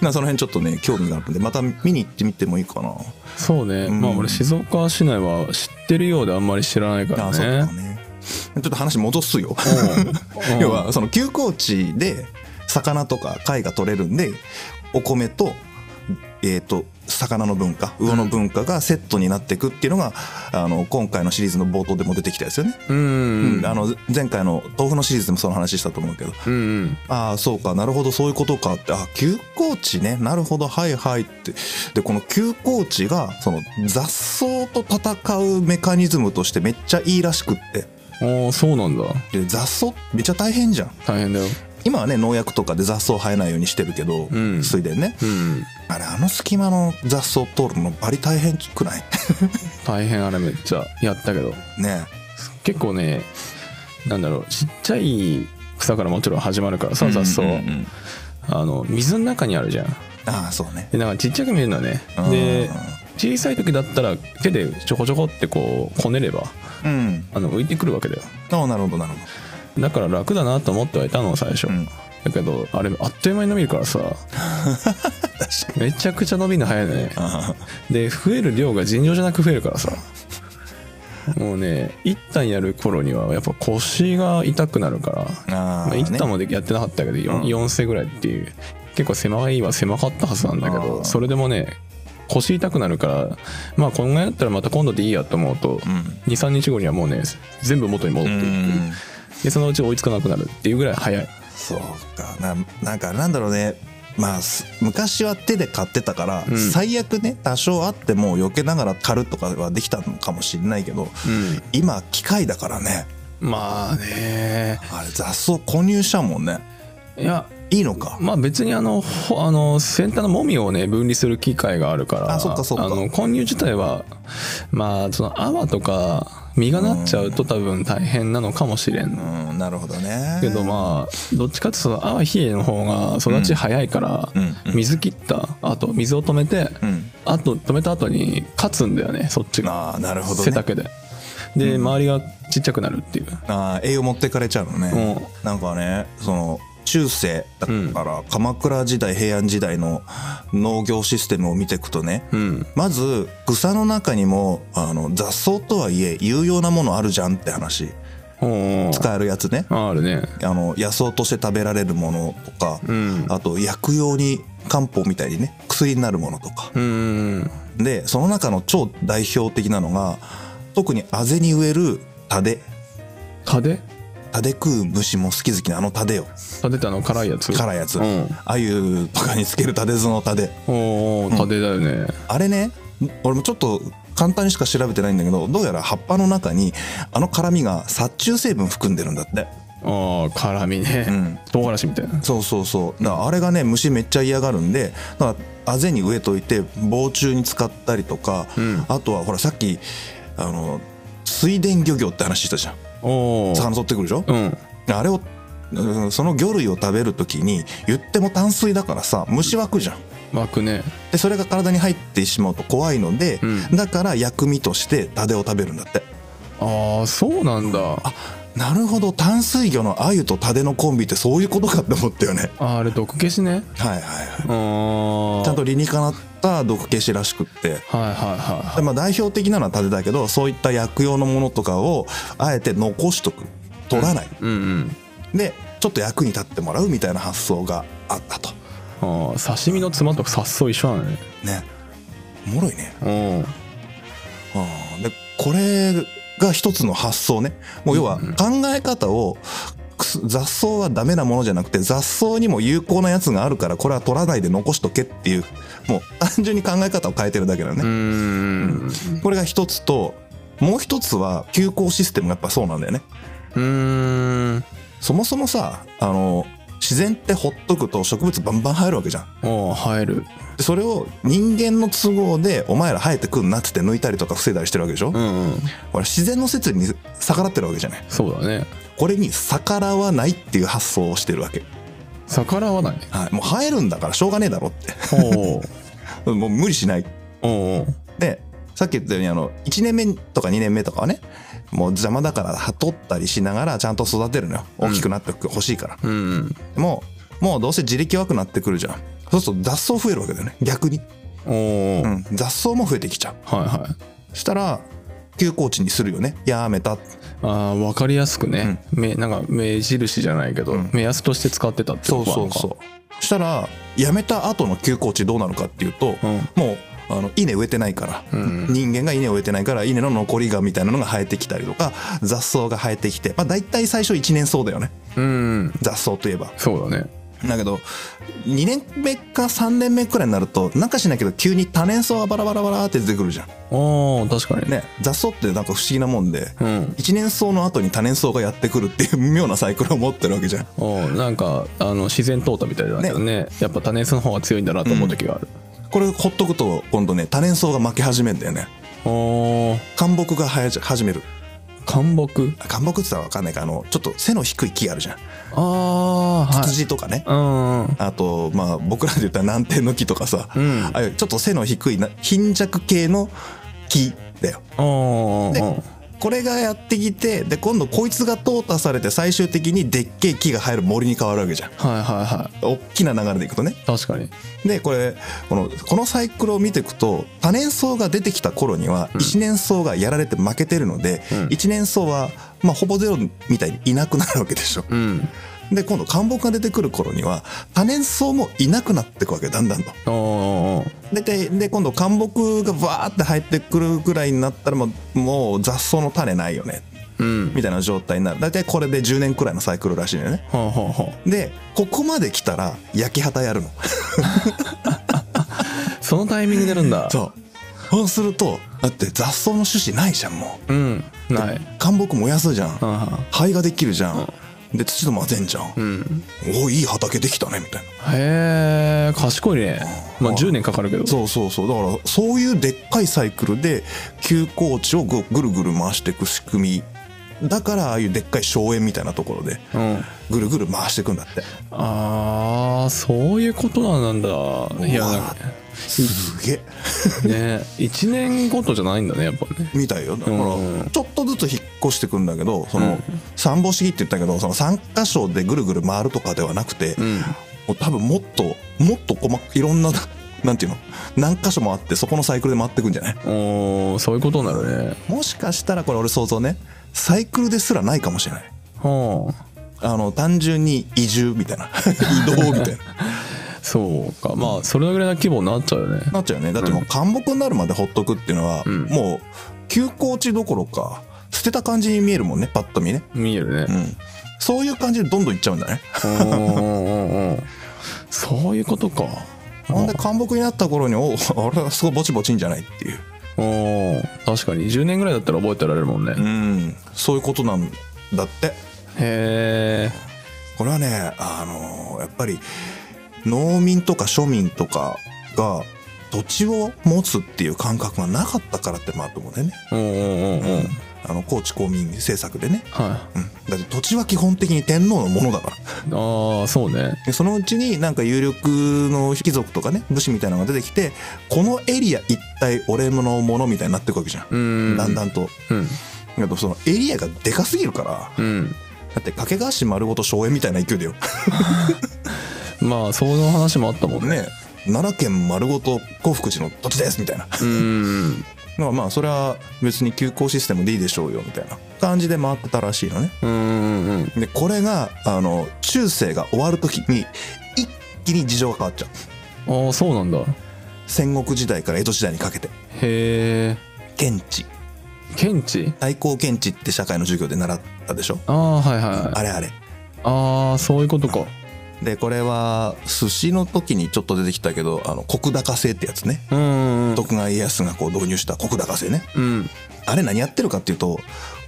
S3: まあその辺ちょっとね興味があるんでまた見に行ってみてもいいかな、
S2: そうね、まあ
S3: うん
S2: 俺静岡市内は知ってるようであんまり知らないから
S3: ああ
S2: ね
S3: そうだねちょっと話戻すよ
S2: うんうん
S3: 要はその休耕地で魚とか貝が取れるんでお米と,、えー、と魚の文化魚の文化がセットになっていくっていうのが、あの今回のシリーズの冒頭でも出てきたですよね、
S2: うんうん
S3: うんあの前回の豆腐のシリーズでもその話したと思うけど
S2: うんうん
S3: ああそうかなるほどそういうことかってあ休耕地ねなるほどはいはいってでこの休耕地がその雑草と戦うメカニズムとしてめっちゃいいらしくって
S2: ああそうなんだ
S3: で雑草めっちゃ大変じゃん
S2: 大変だよ
S3: 今はね農薬とかで雑草生えないようにしてるけど、
S2: ん
S3: 水田ね
S2: うん
S3: あれあの隙間の雑草取るのバリ大変くない
S2: 大変あれめっちゃやったけど
S3: ね
S2: 結構ねなんだろうちっちゃい草からもちろん始まるからさ雑草、
S3: うんうんうん
S2: あの水の中にあるじゃん
S3: ああそうね
S2: でなんかちっちゃく見えるのね
S3: うん
S2: で小さい時だったら手でちょこちょこってこうこねれば
S3: うん
S2: あの浮いてくるわけだよ
S3: ああなるほどなる
S2: だから楽だなと思ってはいたの最初、
S3: ほど、うん、
S2: だけどあれあっという間に伸びるからさめちゃくちゃ伸びるの早いのね
S3: あ
S2: で増える量が尋常じゃなく増えるからさもうね一旦やる頃にはやっぱ腰が痛くなるから
S3: あああ
S2: まあ、一旦もでやってなかったけど、よん
S3: うん
S2: 4世ぐらいっていう結構狭いは狭かったはずなんだけ
S3: あ
S2: ど
S3: ー
S2: それでもね腰痛くなるからまあこんぐらいだったらまた今度でいいやと思うと、
S3: うん
S2: 23日後にはもうね全部元に戻
S3: う
S2: っていく、
S3: ん
S2: でそのうち追いつかなくなるっていうぐらい早い
S3: そうかななんかなんだろうねまあす昔は手で買ってたから、
S2: うん
S3: 最悪ね多少あっても避けながら狩るとかはできたのかもしれないけど、
S2: うん
S3: 今機械だからね
S2: まあね
S3: あれ雑草購入したもんね
S2: いや
S3: いいのか
S2: まあ別にあのほあの先端のもみをね分離する機械があるから
S3: あそっかそっか
S2: あの混入自体はまあその泡とか実がなっちゃうと多分大変なのかもしれん
S3: うんなるほどね
S2: けどまあどっちかっていうとその淡い冷えの方が育ち早いから、
S3: うんうん
S2: 水切ったあと水を止めて、
S3: うん
S2: あと止めた後に勝つんだよねそっちが、
S3: ああなるほど
S2: 背
S3: ね
S2: 丈でで、周りがちっちゃくなるっていう
S3: ああ栄養持ってかれちゃうのね、
S2: うん
S3: なんかねその中世だから、鎌倉時代平安時代の農業システムを見ていくとね、
S2: うん。
S3: まず草の中にもあの雑草とはいえ有用なものあるじゃんって話
S2: おーおー。
S3: 使えるやつね
S2: ああるね。
S3: あの野草として食べられるものとか、
S2: うん。
S3: あと薬用に漢方みたいにね薬になるものとか
S2: うん。
S3: でその中の超代表的なのが特にあぜに植えるタデ
S2: タデ
S3: タデ食う虫も好き好きなあのタデよ
S2: タデってあの辛いやつ。
S3: 辛いやつ、
S2: うん。
S3: あゆとかにつけるタデ酢のタデ
S2: おーおー、タデだよね。
S3: あれね俺もちょっと簡単にしか調べてないんだけどどうやら葉っぱの中にあの辛みが殺虫成分含んでるんだって
S2: ああ、辛みね。
S3: うん
S2: 唐辛子みたいな。
S3: そうそうそうだからあれがね虫めっちゃ嫌がるんでだからあぜに植えといて防虫に使ったりとか、
S2: ん
S3: あとはほらさっきあの水田漁業って話したじゃん
S2: おお。
S3: 魚取ってくるでしょ
S2: うん。
S3: あれをうんその魚類を食べる時に言っても淡水だからさ虫湧くじゃん
S2: 湧くね。
S3: でそれが体に入ってしまうと怖いので、
S2: うん
S3: だから薬味としてタデを食べるんだって
S2: ああ、そうなんだ。あ
S3: あなるほど淡水魚のアユとタデのコンビってそういうことかって思ったよね
S2: あー、あれ毒消しね。
S3: はいはいはい
S2: ああ。
S3: ちゃんと理にかなった毒消しらしくって
S2: はいはいは
S3: でまあ代表的なのはタデだけどそういった薬用のものとかをあえて残しとく取らない、
S2: い。うん
S3: でちょっと役に立ってもらうみたいな発想があったと
S2: うん。ああ、刺身のつまとさっそう一緒なのね。
S3: ねおもろいね
S2: うん。
S3: うんでこれが一つの発想ねもう要は考え方をくす雑草はダメなものじゃなくて雑草にも有効なやつがあるからこれは取らないで残しとけっていうもう単純に考え方を変えてるだけだよ
S2: う
S3: ね、
S2: ん。
S3: これが一つともう一つは休校システムがやっぱそうなんだよね
S2: うん。
S3: そもそもさあの自然ってほっとくと植物バンバン生えるわけじゃん
S2: おお、入る。
S3: でそれを人間の都合でお前ら生えてくんなっつって抜いたりとか防いだりしてるわけでしょ、
S2: うんうん。
S3: これ自然の説に逆らってるわけじゃない
S2: そうだね。
S3: これに逆らわないっていう発想をしてるわけ、
S2: 逆らわない。
S3: はい、もう生えるんだからしょうがねえだろっ
S2: おお。
S3: て もう無理しない
S2: おお。
S3: でさっき言ったようにあの1年目とか2年目とかはねもう邪魔だから取ったりしながらちゃんと育てるのよ大きくなってほしいから、
S2: うん。
S3: もうもうどうせ自力弱くなってくるじゃんそうすると雑草増えるわけだよね逆に、
S2: おお。
S3: う
S2: はい
S3: ん、雑草も増えてきちゃう
S2: はい。
S3: したら休耕地にするよねやめた
S2: ああ、わかりやすくね。目、なんか目印じゃないけど、
S3: うん
S2: 目安として使ってたって
S3: そう
S2: こと
S3: そ
S2: なの
S3: う
S2: か。
S3: そうしたらやめた後の休耕地どうなるかっていうと、
S2: うん
S3: もうあの稲植えてないから、
S2: ん
S3: 人間が稲を植えてないから稲の残りがみたいなのが生えてきたりとか雑草が生えてきてまあ大体最初1年草だよね
S2: うん。
S3: 雑草といえば
S2: そうだね。
S3: だけど2年目か3年目くらいになるとなんかしないけど急に多年草がバラバラバラって出てくるじゃん
S2: おお、確かに。
S3: ね雑草ってなんか不思議なもんで、
S2: うん。
S3: 一年草の後に多年草がやってくるっていう妙なサイクルを持ってるわけじゃん
S2: おーなんかあの自然淘汰みたいだけどねやっぱ多年草の方が強いんだなと思う時がある、
S3: これほっとくと今度ね多年草が負け始めんだよね
S2: おー
S3: 干木が生え始める
S2: 干木
S3: あ干木って言ったら分かんないかあのちょっと背の低い木あるじゃん
S2: ああー
S3: ツ
S2: はい
S3: ツジとかね、
S2: うんうん
S3: あとまあ僕らで言ったら南天の木とかさ、
S2: うん
S3: ああいうちょっと背の低いな貧弱系の木だよ
S2: おーおーおー
S3: これがやってきてで今度こいつが淘汰されて最終的にでっけえ木が生える森に変わるわけじゃん
S2: はいはいは
S3: 大きな流れでいくとね
S2: い確かに
S3: でこれこのこのサイクルを見ていくと多年草が出てきた頃には一年草がやられて負けてるので、
S2: うん
S3: 一年草は、まあ、ほぼゼロみたいにいなくなるわけでしょ。
S2: うん
S3: で今度漢木が出てくる頃には多年草もいなくなっていくわけだんだんと。
S2: おーおー
S3: ででで今度漢木がバーって入ってくるぐらいになったらもうもう雑草の種ないよね
S2: おーうん
S3: みたいな状態になる大体これで10年くらいのサイクルらしいのよね。
S2: はあ、はあは
S3: でここまで来たら焼き畑やるの。
S2: あ、そのタイミングでやるんだ
S3: そうそうするとだって雑草の種子ないじゃんも
S2: ううん
S3: う
S2: ない
S3: 乾木燃やすじゃん
S2: あは
S3: 灰ができるじゃん、で土と混ぜんじゃん、
S2: あうん
S3: おおいい畑できたねみたいな
S2: へえ賢いねまあ10年かかるけど
S3: そうそうそうだからそういうでっかいサイクルで休耕地をぐぐるぐる回していく仕組みだからああいうでっかい荘園みたいなところで
S2: うん
S3: ぐるぐる回していくんだって
S2: ああそういうことなんだいやなんか
S3: すげえ
S2: ね1年ごとじゃないんだねやっぱね
S3: みたいよだから
S2: うん
S3: ちょっとずつ引っ越してくんだけどそうの
S2: ん
S3: 三本主義って言ったけどその3箇所でぐるぐる回るとかではなくて
S2: うん
S3: もう多分もっともっと細かいろんな なんていうの何箇所もあってそこのサイクルで回ってくんじゃない
S2: おーそういうことになるね
S3: もしかしたらこれ俺想像ねサイクルですらないかもしれない
S2: は
S3: あの単純に移住みたい な移動みたいな
S2: あそうかまあそれぐらいの規模になっちゃうよね
S3: なっちゃうよねだってもう監獄になるまでほっとくっていうのは、
S2: ん
S3: もう休校地どころか捨てた感じに見えるもんねパッと見ね
S2: 見えるね
S3: うんそういう感じでどんどん行っちゃうんだね
S2: うんうんうんうんそういうことか
S3: なんで監獄になった頃におあれはすごいぼちぼちんじゃないっていう
S2: おー確かに10年ぐらいだったら覚えてられるもんね
S3: うんそういうことなんだって
S2: へえ
S3: これはねあのやっぱり農民とか庶民とかが土地を持つっていう感覚がなかったからってもあると思うんだよね、
S2: うんうんうんうん
S3: あの高知公民政策でね、
S2: は
S3: うん、だって土地は基本的に天皇のものだか
S2: い
S3: ら
S2: ああそうね
S3: でそのうちになんか有力の貴族とかね武士みたいなのが出てきてこのエリア一体俺のものみたいになっていくわけじゃん、
S2: うん
S3: だんだんと。
S2: うん
S3: だけどそのエリアがでかすぎるから
S2: うん
S3: だって掛川市丸ごと荘園みたいな勢 いだよ。
S2: まあその話もあったもんね
S3: ね奈良県丸ごと興福寺の土地ですみたいな。
S2: うん
S3: まあまあそれは別に休校システムでいいでしょうよみたいな感じで回ってたらしいのね。
S2: うんうんうん
S3: でこれがあの中世が終わる時に一気に事情が変わっちゃう。
S2: ああそうなんだ
S3: 戦国時代から江戸時代にかけて
S2: へえ
S3: 検地
S2: 検知
S3: 対抗検地って社会の授業で習ったでしょ。
S2: ああはいはい
S3: あれあれ。
S2: ああそういうことか
S3: でこれは寿司の時にちょっと出てきたけどあの石高制ってやつね。
S2: うんうん
S3: 徳川家康がこう導入した石高制ね
S2: うん
S3: あれ何やってるかっていうと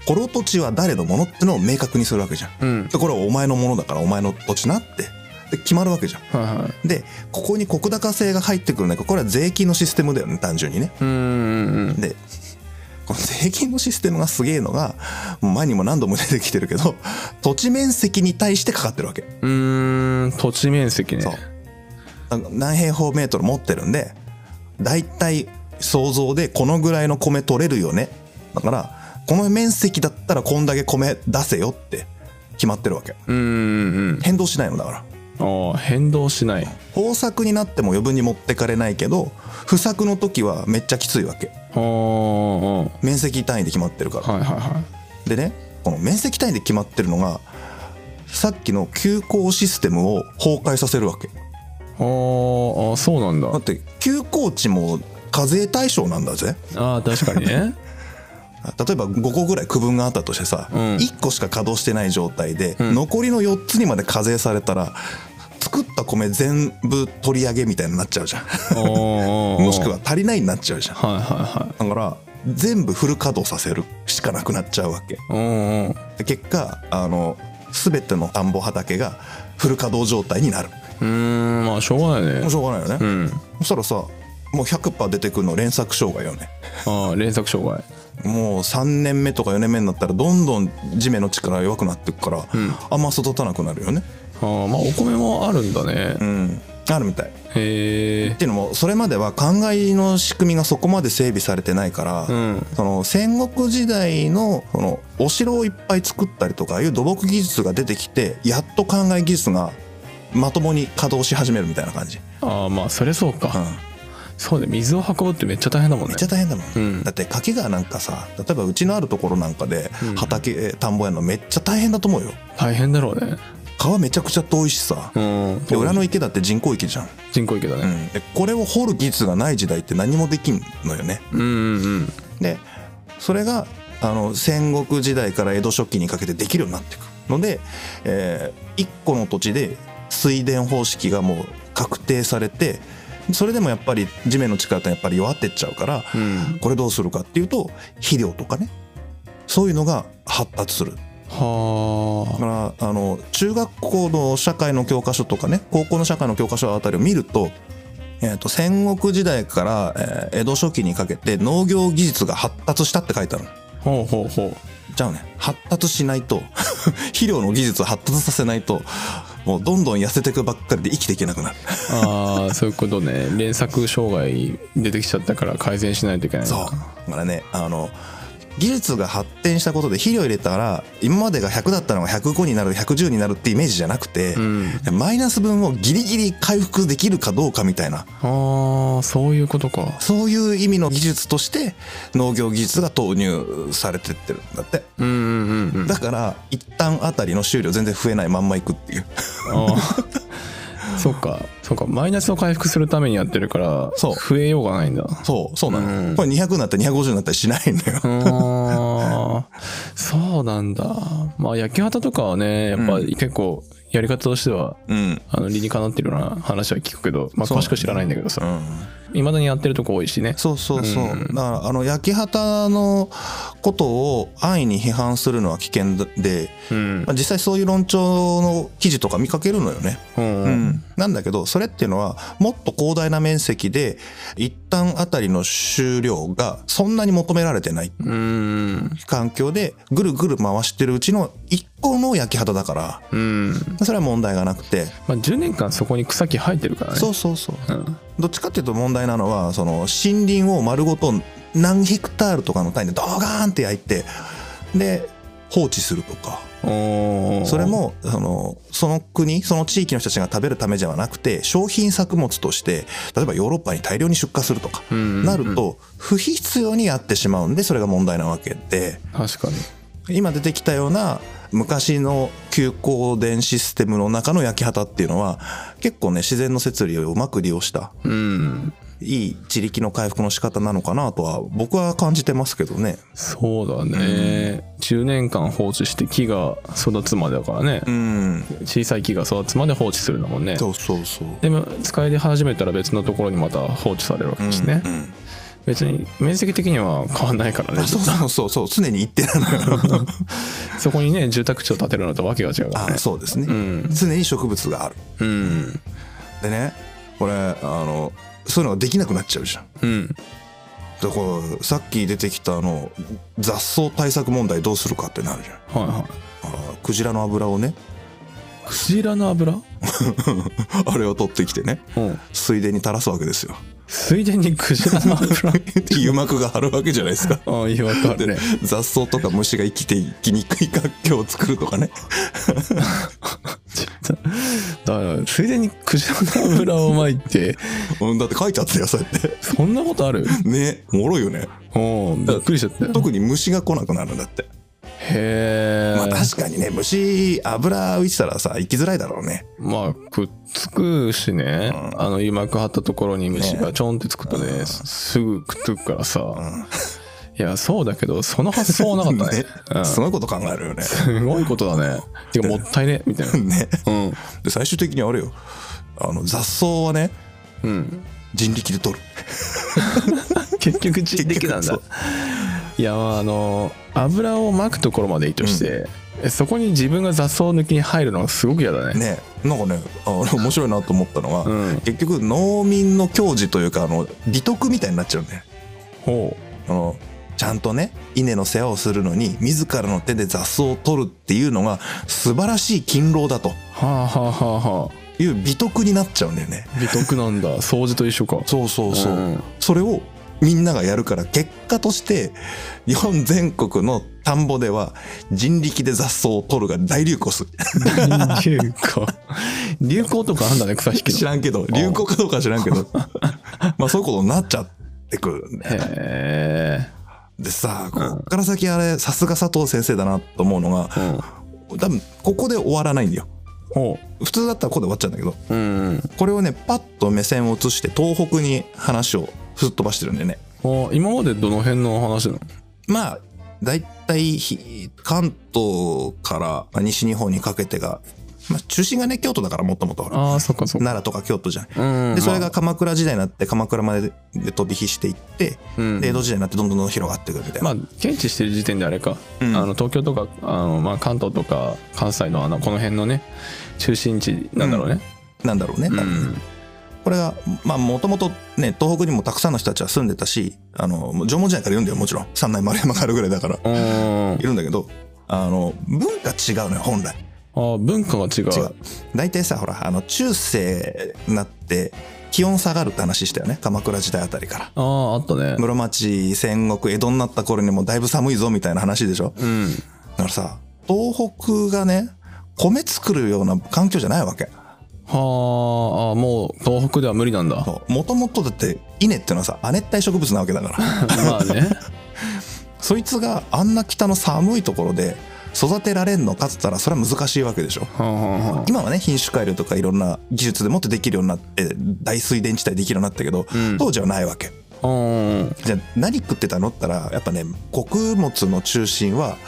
S3: この土地は誰のものってのを明確にするわけじゃん
S2: うん
S3: でこれはお前のものだからお前の土地なってで決まるわけじゃん
S2: はいはい
S3: でここに石高制が入ってくるんだけどこれは税金のシステムだよね単純にね
S2: うんうんうん
S3: で この税金のシステムがすげえのがもう前にも何度も出てきてるけど土地面積に対してかかってるわけ
S2: うーん土地面積ね
S3: そうなんか何平方メートル持ってるんでだいたい想像でこのぐらいの米取れるよねだからこの面積だったらこんだけ米出せよって決まってるわけ
S2: うんうん
S3: 変動しないのだから
S2: うんああ変動しない
S3: 豊作になっても余分に持ってかれないけど不作の時はめっちゃきついわけ
S2: ああはい
S3: 面積単位で決まってるから
S2: はいは
S3: でねこの面積単位で決まってるのがさっきの休校システムを崩壊させるわけ
S2: いあーあそうなんだ
S3: だって休校地も課税対象なんだぜ
S2: ああ確かに ね
S3: 例えば5個ぐらい区分があったとしてさ、
S2: うん
S3: 1個しか稼働してない状態で、
S2: うん
S3: 残りの4つにまで課税されたら作った米全部取り上げみたいになっちゃうじゃん
S2: あー
S3: もしくは足りないになっちゃうじゃん
S2: はいはいは
S3: だから全部フル稼働させるしかなくなっちゃうわけ
S2: いうんうん
S3: で結果あの全ての田んぼ畑がフル稼働状態になる
S2: うーんまあしょうがない
S3: もう
S2: ね
S3: しょうがないよね、
S2: うん
S3: そしたらさもう100%出てくるの連作障害よね
S2: ああ連作障害
S3: もう3年目とか4年目になったらどんどん地面の力が弱くなっていくから、
S2: ん
S3: あんま育たなくなるよね
S2: ああまあお米もあるんだね
S3: うんあるみたいっ
S2: へえ
S3: ていうのもそれまでは灌漑の仕組みがそこまで整備されてないから、
S2: うん
S3: その戦国時代のそのお城をいっぱい作ったりとかいう土木技術が出てきてやっと灌漑技術がまともに稼働し始めるみたいな感じ、
S2: ああまあそれそう
S3: う
S2: か
S3: ん、
S2: そうね水を運ぶってめっちゃ大変だもんね
S3: めっちゃ大変だもん、
S2: うん
S3: だって掛川なんかさ例えばうちのあるところなんかで
S2: うん
S3: 畑田んぼやるのめっちゃ大変だと思うよ
S2: 大変だろうね
S3: 川めちゃくちゃ遠いしさ、
S2: うん
S3: で裏の池だって人工池じゃん、
S2: 人工池だ
S3: う
S2: ね
S3: ん、でこれを掘る技術がない時代って何もできんのよね
S2: うんうん
S3: でそれがあの戦国時代から江戸初期にかけてできるようになっていくので、え1個の土地で水田方式がもう確定されてそれでもやっぱり地面の力ってやっぱり弱ってっちゃうから、
S2: うんうん
S3: これどうするかっていうと肥料とかねそういうのが発達するだ
S2: は
S3: からあの中学校の社会の教科書とかね高校の社会の教科書あたりを見ると,、えー、と戦国時代から、えー江戸初期にかけて農業技術が発達したって書いてあるの
S2: あほうほうほう
S3: じゃあね発達しないと肥料の技術を発達させないともうどんどん痩せてくばっかりで生きていけなくなる
S2: ああそういうことね連作障害出てきちゃったから改善しないといけないの
S3: そう
S2: か
S3: だからねあの技術が発展したことで肥料入れたら今までが100だったのが105になる110になるってイメージじゃなくて、
S2: ん
S3: マイナス分をギリギリ回復できるかどうかみたいな
S2: ああそういうことか
S3: そういう意味の技術として農業技術が投入されてってるんだって
S2: うんうんうんうん
S3: だから一旦あたりの収量全然増えないまんまいくっていう
S2: ああそうかそうかマイナスを回復するためにやってるから
S3: そう
S2: 増えようがないんだ
S3: そうそうなの、これ200になったり250になったりしないんだよ
S2: うーんそうなんだまあ焼き畑とかはねやっぱ
S3: うん
S2: 結構やり方としては、
S3: うん
S2: あの理にかなってるような話は聞くけど、まあ、
S3: そう
S2: 詳
S3: なんだ
S2: しく知らないんだけど
S3: う
S2: さ
S3: ん
S2: いま、未だにやってるとこ多いしね
S3: そうそうそう。
S2: うん
S3: だから、あの、焼き畑のことを安易に批判するのは危険で、
S2: うん
S3: まあ、実際そういう論調の記事とか見かけるのよね。
S2: うん
S3: うん。なんだけど、それっていうのは、もっと広大な面積で、一旦あたりの収量がそんなに求められてない
S2: うん
S3: 環境で、ぐるぐる回してるうちの一個の焼き畑だから、
S2: うん
S3: それは問題がなくて。
S2: まあ10年間そこに草木生えてるからね
S3: そうそうそう。
S2: うん
S3: どっちかっていうと問題なのはその森林を丸ごと何ヘクタールとかの単位でドガーンって焼いてで放置するとか
S2: おー
S3: それもそのその国その地域の人たちが食べるためじゃなくて商品作物として例えばヨーロッパに大量に出荷するとか
S2: うんうんうん
S3: なると不必要にやってしまうんでそれが問題なわけで
S2: 確かに
S3: 今出てきたような昔の休耕電システムの中の焼き畑っていうのは結構ね自然の摂理をうまく利用した
S2: うん
S3: いい自力の回復の仕方なのかなとは僕は感じてますけどね。
S2: そうだね、10年間放置して木が育つまでだからね、
S3: うん。
S2: 小さい木が育つまで放置するんだもんね
S3: そうそうそう。
S2: でも使いで始めたら別のところにまた放置されるわけですね、
S3: うんうん
S2: 別に面積的には変わんないからね
S3: あそうそうそうそう常に言ってなのよ。
S2: そこにね住宅地を建てるのとわけが違うからね
S3: あそうですね、
S2: うん
S3: 常に植物がある。
S2: うん
S3: でねこれあのそういうのができなくなっちゃうじゃん。
S2: うん
S3: だからさっき出てきたあの雑草対策問題どうするかってなるじゃん。
S2: はいはい
S3: あのクジラの油をね
S2: クジラの油
S3: あれを取ってきてね
S2: うん
S3: 水田に垂らすわけですよ。
S2: 水田にクジラの油
S3: 油膜が張るわけじゃな いですか。
S2: ああいいわかるね
S3: 雑草とか虫が生きていきにくい環境を作るとかね
S2: ちょっとだから水田にクジラの油をまいて
S3: うんだって書いてあったよそうやって
S2: そんなことある
S3: ねおもろいよね
S2: おーびっくりしちゃったよ
S3: 特に虫が来なくなるんだって、
S2: へえ、
S3: まあ確かにね虫油浮いてたらさ生きづらいだろうね
S2: まあくっつくしね、
S3: うん
S2: あの油膜張ったところに虫がちょんってつくとねすすぐくっつくからさ、いやそうだけどその発想はなかった ねうん、
S3: すごいこと考えるよね
S2: すごいことだねてかもったいねみたいな
S3: ね
S2: うん
S3: で最終的にあれよあの雑草はね
S2: うん
S3: 人力で取る
S2: 結局人力なん
S3: 結
S2: だ
S3: 局
S2: いやまああの油をまくところまでいいとして、えそこに自分が雑草抜きに入るのがすごく嫌だね
S3: ねなんかねあの面白いなと思ったのは、
S2: うん
S3: 結局農民の矜持というかあの美徳みたいになっちゃうね
S2: ほ
S3: あのちゃんとね稲の世話をするのに自らの手で雑草を取るっていうのが素晴らしい勤労だと
S2: うはあはあはあは
S3: いう美徳になっちゃうんだよね
S2: あ美徳なん だ掃除と一緒か
S3: そうそうそう、
S2: うん
S3: それをみんながやるから結果として日本全国の田んぼでは人力で雑草を取るが大流行する
S2: 流行流行とかあんだね草引きの
S3: 知らんけど流行かどうかは知らん けどまあそういうことになっちゃってくるんだよ
S2: へ
S3: でさこっから先あれさすが佐藤先生だなと思うのが
S2: えうん
S3: 多分ここで終わらないんだよ
S2: ほ
S3: 普通だったらここで終わっちゃうんだけど
S2: ううん
S3: これをねパッと目線を移して東北に話をすっ飛ばしてるんでね
S2: お今までどの辺の話なの
S3: まあ大体ひ関東から西日本にかけてが、まあ、中心がね京都だからもともとほら
S2: ああそっかそっか
S3: 奈良とか京都じゃん
S2: うん
S3: でそれが
S2: ま
S3: 鎌倉時代になって鎌倉までで飛び火していって、
S2: あうん
S3: で江戸時代になってどんどんどん広がっていくみたい
S2: ま
S3: な、
S2: あ検知してる時点であれか、
S3: うん
S2: あの東京とかあの、まあ、関東とか関西のあのこの辺のね中心地なんだろうね
S3: なんだろうね、
S2: うん、
S3: これがまあもともとね東北にもたくさんの人たちは住んでたしあのもう縄文時代からいるんだよもちろん三内丸山があるぐらいだから
S2: うん
S3: いるんだけどあの文化違うのよ本来
S2: ああ、文化が違う。
S3: 違う大体さほらあの中世になって気温下がるって話したよね鎌倉時代あたりから
S2: ああ、あったね。
S3: 室町戦国江戸になった頃にもだいぶ寒いぞみたいな話でしょ
S2: うん。
S3: だからさ東北がね米作るような環境じゃないわけ
S2: はあ、あもう東北では無理なんだ。
S3: もともとだって稲ってのはさ亜熱帯植物なわけだから
S2: まあ ね。
S3: そいつがあんな北の寒いところで育てられんのかっつったらそれは難しいわけでしょ
S2: はあはあは
S3: 今はね品種改良とかいろんな技術でもってできるようになって大水田地帯できるようになったけど、
S2: ん
S3: 当時はないわけ
S2: あ。うん。
S3: じゃあ何食ってたのって言ったらやっぱね穀物の中心は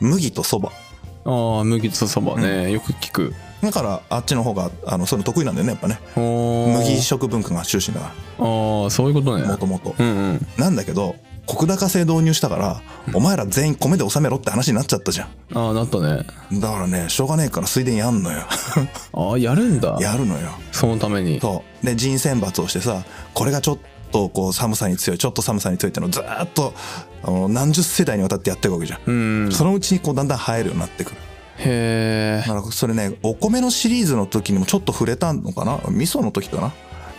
S3: 麦とそば
S2: ああ、麦とそばね、よく聞く。
S3: だからあっちの方があのそういうの得意なんだよねやっぱね
S2: おー
S3: 麦食文化が中心だか
S2: ああ、そういうことね
S3: ら。もともと
S2: うんうん。
S3: なんだけど石高制導入したからお前ら全員米で納めろって話になっちゃったじゃ
S2: ああ、なったね。
S3: んだからねしょうがねえから水田やんのよ
S2: ああ、やるんだ。
S3: やるのよ
S2: そのために。
S3: そうで人選抜をしてさこれがちょっとこう寒さに強いちょっと寒さに強いってのをずーっとあの何十世代にわたってやっていくわけじゃん、
S2: うん。へ
S3: そのうちにこうだんだん生えるようになってくる
S2: え。
S3: だからそれねお米のシリーズの時にもちょっと触れたのかな味噌の時かな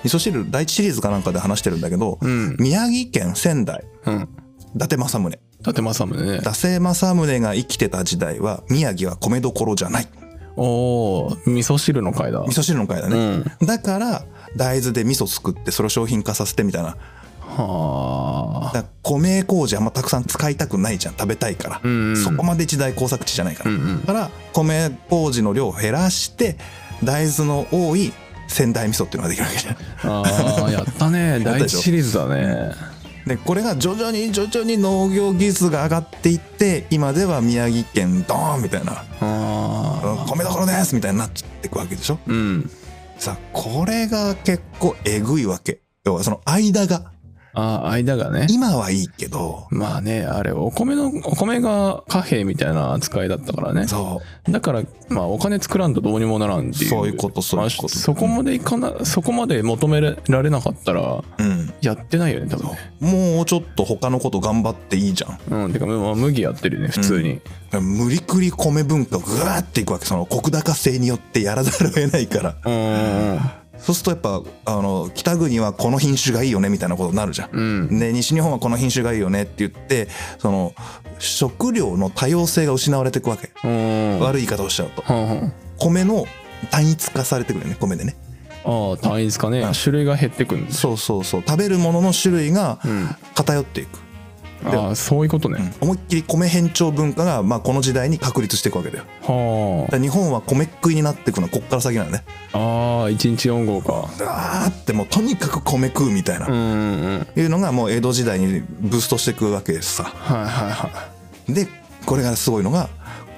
S3: 味噌汁第一シリーズかなんかで話してるんだけど、
S2: うん。
S3: 宮城県仙台
S2: うん。
S3: 伊達政宗
S2: 伊達政宗ね
S3: 伊。達政宗が生きてた時代は宮城は米どころじゃない
S2: おお、味噌汁の回だ。
S3: 味噌汁の会だ
S2: う
S3: ね、
S2: ん。
S3: だから大豆で味噌作ってそれを商品化させてみたいな
S2: はあ。
S3: だから米麹あんまたくさん使いたくないじゃん食べたいから、
S2: うんうん
S3: そこまで一大工作地じゃないから、
S2: うんうん
S3: だから米麹の量を減らして大豆の多い仙台味噌っていうのができるわけじゃん
S2: ああ、やった ね。
S3: た
S2: 第
S3: で
S2: 一
S3: しょ
S2: シリーズだね。
S3: でこれが徐々に徐々に農業技術が上がっていって今では宮城県ドーンみたいな
S2: ああ。
S3: 米どころですみたいになっていくわけでしょ
S2: うん。
S3: さあこれが結構えぐいわけ要はその間が
S2: ああ、間がね。
S3: 今はいいけど
S2: まあね、あれ、お米の、お米が貨幣みたいな扱いだったからね。
S3: そ
S2: だから、まあ、お金作らんとどうにもならんっていう。
S3: そういうことそういうこと
S2: まあそこまでいかな、そこまで求められなかったら、
S3: ううん
S2: やってないよね、多分ね。
S3: もうちょっと他のこと頑張っていいじゃん
S2: うん、てか、まあ、麦やってるよね、普通に。
S3: 無理くり米文化をグワーっていくわけその国高制によってやらざるを得ないから
S2: うん。うん
S3: そうするとやっぱあの北国はこの品種がいいよねみたいなことになるじゃん
S2: うん。
S3: で西日本はこの品種がいいよねって言ってその食料の多様性が失われていくわけ、
S2: うん。は
S3: 悪い言い方をしちゃうと
S2: んはん。
S3: 米の単一化されてくるよね米でね
S2: ああ、単一かね
S3: うん。
S2: 種類が減ってくんです。
S3: そうそうそう食べるものの種類が
S2: うん。
S3: 偏っていく、で
S2: ああ、そういうことね。
S3: 思いっきり米偏重文化が、まあ、この時代に確立していくわけだよ
S2: は
S3: だから日本は米食いになっていくのはこっから先なのね
S2: あ。ああ、一日四号か。
S3: あーってもうとにかく米食うみたいな、
S2: うんうんうん。
S3: いうのがもう江戸時代にブーストしていくわけですさ
S2: はいはいは
S3: でこれがすごいのが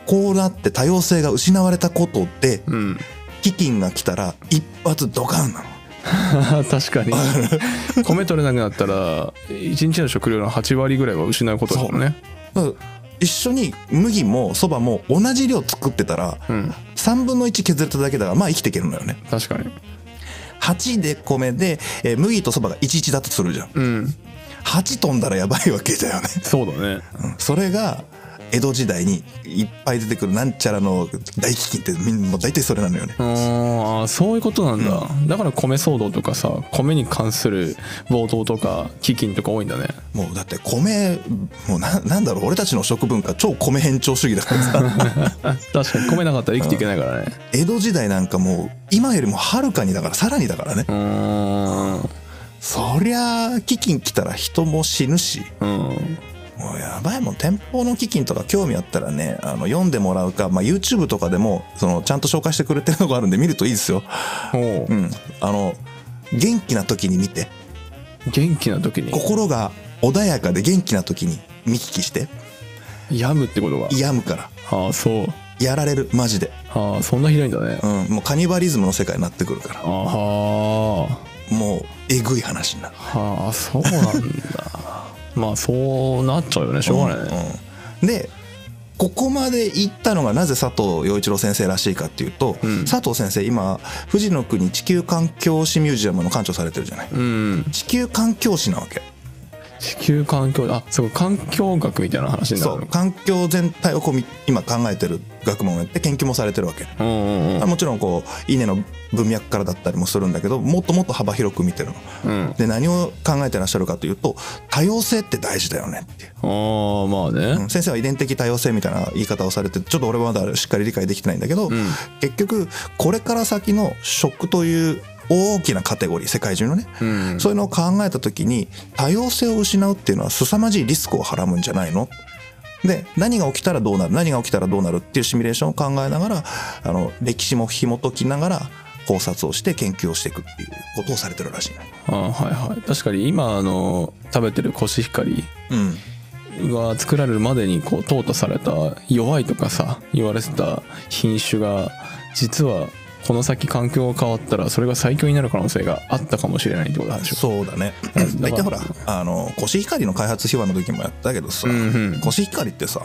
S3: こうなって多様性が失われたことで
S2: い。うん。
S3: 飢饉が来たら一発ドカンなの
S2: 確 かに米取れなくなったら一日の食料の8割ぐらいは失うことだもんね
S3: だから一緒に麦もそばも同じ量作ってたら
S2: うん
S3: 3分の1削れただけだからまあ生きていけるのよね
S2: 確かに
S3: 8で米で、えー麦とそばが11だとするじゃん
S2: うん
S3: 8飛んだらやばいわけだよね
S2: そうだね
S3: それが江戸時代にいっぱい出てくるなんちゃらの大飢饉ってみんもう大体それなのよね。
S2: あーあーそういうことなんだ、だから米騒動とかさ米に関する暴動とか飢饉とか多いんだね
S3: もうだって米もうななんだろう俺たちの食文化超米偏重主義だから さ
S2: 確かに米なかったら生きていけないからね
S3: 江戸時代なんかもう今よりもはるかにだからさらにだからね
S2: うーん
S3: そりゃあ飢饉来たら人も死ぬし
S2: うん
S3: もうやばいもん天保の飢饉とか興味あったらねあの読んでもらうか、まあ、YouTube とかでもそのちゃんと紹介してくれてるのがあるんで見るといいですよ。
S2: おう
S3: うん、あの元気な時に見て
S2: 元気な時に
S3: 心が穏やかで元気な時に見聞きして
S2: 病むってことが
S3: 病むから
S2: ああそう
S3: やられるマジで、
S2: ああそんなひどいんだね
S3: うん、もうカニバリズムの世界になってくるから
S2: あーはー
S3: もうえぐい話になる
S2: はあそうなんだ まあそうなっちゃうよねしょうがないね、
S3: うんでここまで行ったのがなぜ佐藤陽一郎先生らしいかっていうと、
S2: うん
S3: 佐藤先生今富士の国地球環境史ミュージアムの館長されてるじゃない
S2: うん
S3: 地球環境史なわけ
S2: 地球環境あそう環境学みたいな話にな
S3: そ
S2: る
S3: う
S2: のか
S3: 環境全体をこうみ今考えてる学問をやって研究もされてるわけ
S2: うんうんうん
S3: もちろんこう稲の文脈からだったりもするんだけどもっともっと幅広く見てるの
S2: うん
S3: で何を考えてらっしゃるかというと多様性って大事だよねっていう、
S2: ああまあ
S3: う
S2: ね
S3: ん先生は遺伝的多様性みたいな言い方をされてちょっと俺はまだしっかり理解できてないんだけど、
S2: うん
S3: 結局これから先の食という大きなカテゴリー世界中のね、
S2: うん
S3: そういうのを考えた時に多様性を失うっていうのは凄まじいリスクをはらむんじゃないので何が起きたらどうなる何が起きたらどうなるっていうシミュレーションを考えながらあの歴史も紐解きながら考察をして研究をしていくっていうことをされてるらしいね。
S2: あはいはい確かに今あの食べてるコシヒカリ
S3: うん
S2: が作られるまでにこう淘汰された弱いとかさ言われてた品種が実はこの先環境が変わったらそれが最強になる可能性があったかもしれないってことなんでしょ
S3: そうだね。
S2: だ
S3: 大
S2: か
S3: 体
S2: ら
S3: ほら、あの、コシヒカリの開発秘話の時もやったけどさ、
S2: うんうん
S3: コシヒカリってさ、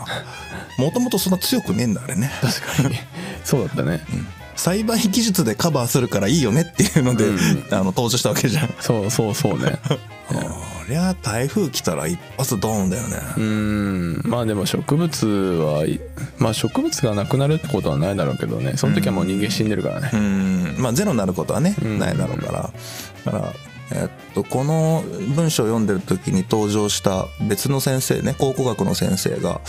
S3: もともとそんな強くねえんだ、あれね。
S2: 確かに そうだったね、
S3: 栽培技術でカバーするからいいよねっていうので、
S2: うん
S3: あの、登場したわけじゃん。
S2: そうそうそうね
S3: ありゃ、台風来たら一発ドーンだよね。
S2: うーんまあでも植物はいまあ植物がなくなるってことはないだろうけどねその時はもう人間死んでるからね
S3: うん、まあゼロになることはね、
S2: うん
S3: ないだろうから。だから、えっと、この文章を読んでる時に登場した別の先生ね、考古学の先生が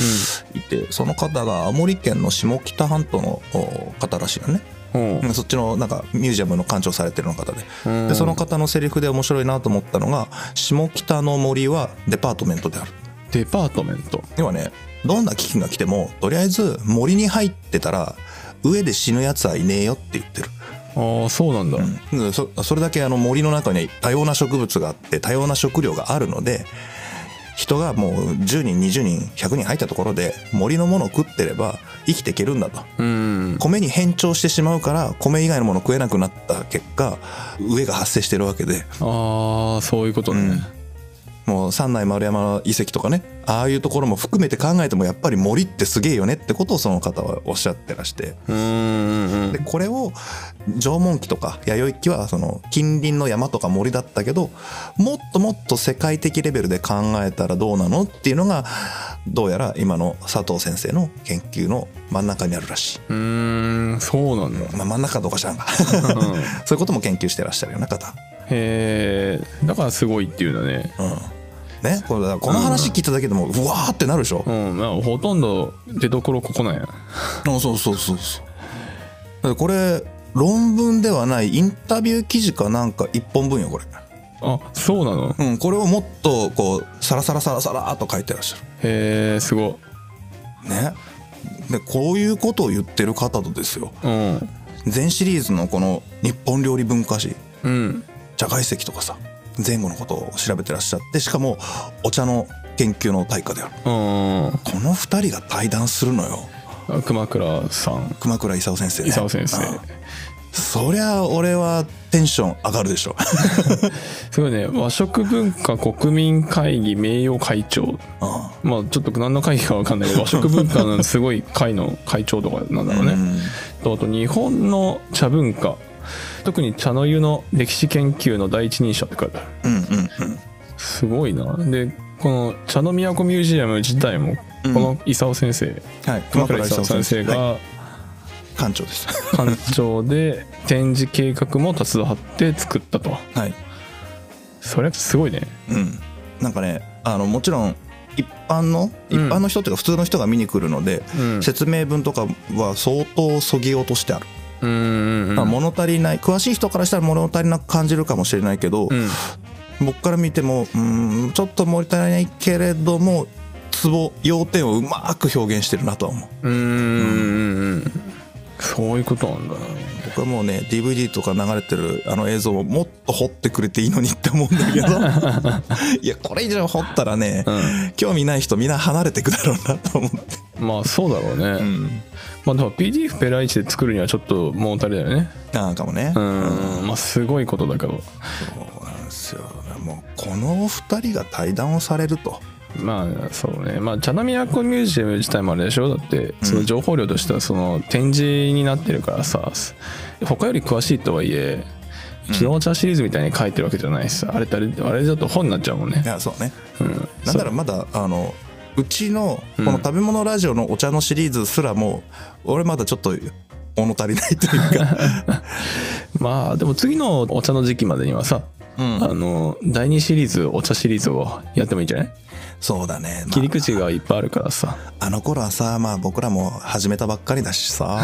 S3: いて、その方が青森県の下北半島のお方らしいよね。
S2: うん、
S3: うんそっちのなんかミュージアムの館長されてるの方で
S2: うん
S3: でその方のセリフで面白いなと思ったのが「下北の森はデパートメントである
S2: デパートメント」
S3: 要はねどんな危機が来てもとりあえず森に入ってたら上で死ぬやつはいねえよって言ってる、
S2: ああそうなんだ、
S3: うん、そそれだけあの森の中に多様な植物があって多様な食料があるので人がもう10人20人100人入ったところで森のものを食ってれば生きていけるんだと
S2: うん
S3: 米に変調してしまうから米以外のもの食えなくなった結果飢えが発生してるわけで、
S2: ああそういうことね、
S3: うんもう三内丸山の遺跡とかねああいうところも含めて考えてもやっぱり森ってすげえよねってことをその方はおっしゃってらして
S2: うーん
S3: でこれを縄文期とか弥生期はその近隣の山とか森だったけどもっともっと世界的レベルで考えたらどうなのっていうのがどうやら今の佐藤先生の研究の真ん中にあるらしい。
S2: うーんそう なんだ
S3: まあ、真ん中かどうか知らんが
S2: うんへ
S3: そういうことも研究してらっしゃるような方。
S2: えだからすごいっていうんだね
S3: うん。ね、これだからこの話聞いただけでもうわーってなるでしょ
S2: う、んまあほとんど出どころここなんや
S3: あそうそうそうそうだってこれ論文ではないインタビュー記事かなんか一本分よこれ、
S2: あそうなのへ
S3: うん、これをもっとこうサラサラサラサラっと書いてらっしゃ
S2: えすご
S3: るねでこういうことを言ってる方とですよ
S2: うん
S3: 全シリーズのこの日本料理文化史
S2: うん
S3: 茶会席とかさ前後のことを調べてらっしゃってしかもお茶の研究の対価である
S2: うん
S3: この二人が対談するのよ
S2: 熊倉さん
S3: 熊倉功先生ね
S2: 功先生
S3: うんそりゃ俺はテンション上がるで しょ
S2: すごいね和食文化国民会議名誉会長
S3: う
S2: まあちょっと何の会議かわかん ないけど和食文化のすごい会の会長とかなんだろうね、
S3: ん
S2: とあと日本の茶文化特に茶の湯の歴史研究の第一人者って書いてある
S3: うんうんうん
S2: すごいなでこの茶の都ミュージアム自体も
S3: う
S2: こ
S3: ん
S2: の功先生、
S3: はい
S2: 熊倉功先生
S3: はい
S2: が
S3: 館長です
S2: 館長で展示計画も立ち張って作ったと
S3: はい
S2: それすごいね
S3: うんなんかねあのもちろん一般の一般の人っていうか普通の人が見に来るので、
S2: うん
S3: 説明文とかは相当そぎ落としてある、
S2: うんうんうん
S3: まあ物足りない詳しい人からしたら物足りなく感じるかもしれないけど、
S2: うん
S3: 僕から見てもうんちょっと物足りないけれどもツボ要点をうまく表現してるなとは思う
S2: うんうんうんそういうことなんだね
S3: 僕はもうね DVD とか流れてるあの映像ももっと掘ってくれていいのにって思うんだ けどいやこれ以上掘ったらね、
S2: う
S3: 興味ない人みんな離れてくだろうなと思って、
S2: まあそうだろうね、
S3: ん、
S2: まあでも PDF ペライチで作るにはちょっと物足りだよね
S3: なんかも
S2: う
S3: ね、そ
S2: んまあすごいことだけど
S3: うなんですよもうこのお二人が対談をされると
S2: まあそうねまあ茶の都ミュージアム自体もあれでしょだってその情報量としてはその展示になってるからさ他より詳しいとはいえ気の茶シリーズみたいに書いてるわけじゃないしさ、あれってあれあれだと本になっちゃうもんね
S3: い、やそうね
S2: うん、
S3: なんならまだあのうちのこの食べ物ラジオのお茶のシリーズすらも、俺まだちょっと物足りないというか、
S2: まあでも次のお茶の時期までにはさあの第2シリーズお茶シリーズをやってもいいんじゃない
S3: そうだね、まあ
S2: 切り口がいっぱいあるからさ
S3: あの頃はさ、まあ僕らも始めたばっかりだ しさ、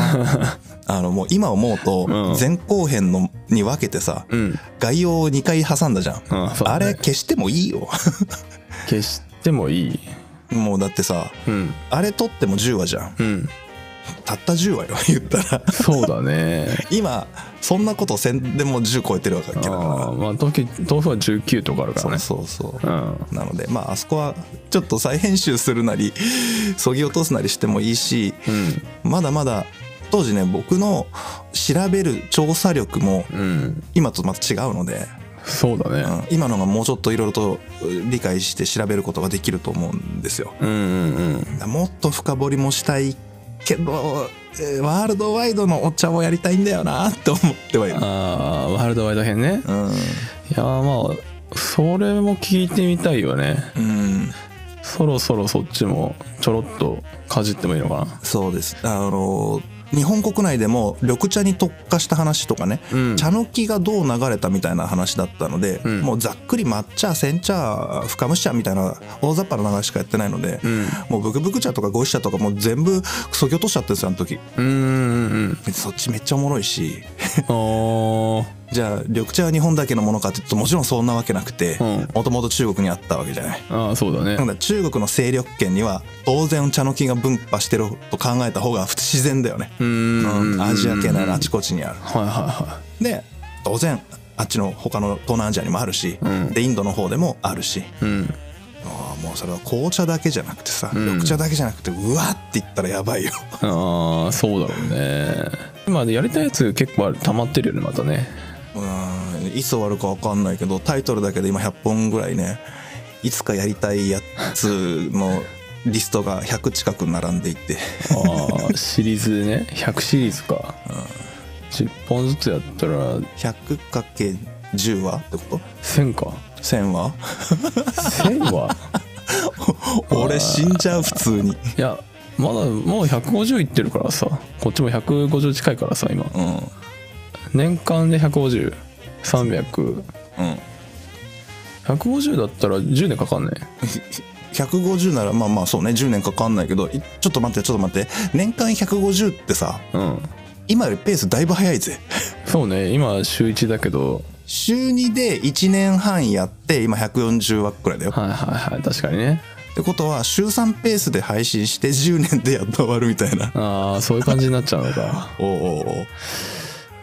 S3: あのもう今思う
S2: う
S3: と
S2: ん
S3: 前後編のに分けてさ、
S2: うん
S3: 概要を2回挟んだじゃ
S2: う
S3: ん。
S2: んそうだ
S3: あ
S2: ね
S3: れ消してもいいよ。
S2: 消してもいい
S3: もうだってさ、
S2: うん
S3: あれ撮っても10話じゃん。
S2: うん
S3: たった10話よ、 言ったら。
S2: そうだね
S3: 今、そんなことせんでも10超えてるわけだ
S2: あ
S3: からな。
S2: ーまあ東京豆腐は19とかあるか
S3: そ
S2: らね
S3: うそうそうう。
S2: ん
S3: なので、まああそこはちょっと再編集するなり、 そぎ落とすなりしてもいいし、
S2: うん
S3: まだまだ当時ね僕の調べる調査力も
S2: うん
S3: 今とまた違うので、
S2: そうだ
S3: う
S2: ね
S3: ん、今のがもうちょっといろいろと理解して調べることができると思うんですよ。
S2: うんうんうん
S3: もっと深掘りもしたいけどえーワールドワイドのお茶をやりたいんだよなって思ってはいる。
S2: あーワールドワイド編ね
S3: うん
S2: いやーまあそれも聞いてみたいよね
S3: うん、
S2: そろそろそっちもちょろっとかじってもいいのかな
S3: そうですあの日本国内でも緑茶に特化した話とかね、
S2: うん
S3: 茶の木がどう流れたみたいな話だったので、
S2: うん
S3: もうざっくり抹茶煎茶深蒸し茶みたいな大雑把な流しかやってないので、
S2: うん
S3: もうブクブク茶とかゴシ茶とかもう全部そぎ落としちゃってるんですよあの時
S2: うんうんうん
S3: そっちめっちゃおもろいし
S2: おー
S3: じゃあ緑茶は日本だけのものかって言うともちろんそんなわけなくて
S2: うん
S3: もともと中国にあったわけじゃない。
S2: ああそうだね
S3: なので中国の勢力圏には当然茶の木が分派してると考えた方が不自然だよね、
S2: うー
S3: うんんアジア系なら
S2: は
S3: あ
S2: い
S3: ちこちにある
S2: はいは
S3: で当然あっちの他の東南アジアにもあるし、
S2: うん
S3: でインドの方でもあるし
S2: いうん
S3: ああもうそれは紅茶だけじゃなくてさ、
S2: うん
S3: 緑茶だけじゃなくてうわって言ったらやばいよ
S2: ああそうだろうね今やりたいやつ結構ある溜まってるよねまたね
S3: うーんいつ終わるか分かんないけどタイトルだけで今100本ぐらいねいつかやりたいやつのリストが100近く並んでいて
S2: ああシリーズでね100シ リーズか、10本ずつやったら
S3: 100×10 話ってこと
S2: 1000か
S3: ?1000 話
S2: 1000は
S3: 俺死んじゃう普通に
S2: いやまだもう150いってるからさこっちも150近いからさ今
S3: うん
S2: 年間で150300
S3: うん
S2: 150だったら10年かかんね
S3: 150ならまあまあそうね10年かかんないけどいちょっと待ってちょっと待って年間150ってさ
S2: うん
S3: 今よりペースだいぶ早いぜ
S2: そうね今週1だけど
S3: 週2で1年半やって今140話くらいだよ
S2: はいはいはい確かにね
S3: ってことは週3ペースで配信して10年でやっと終わるみたいな
S2: ああそういう感じになっちゃうの か
S3: おうおうおう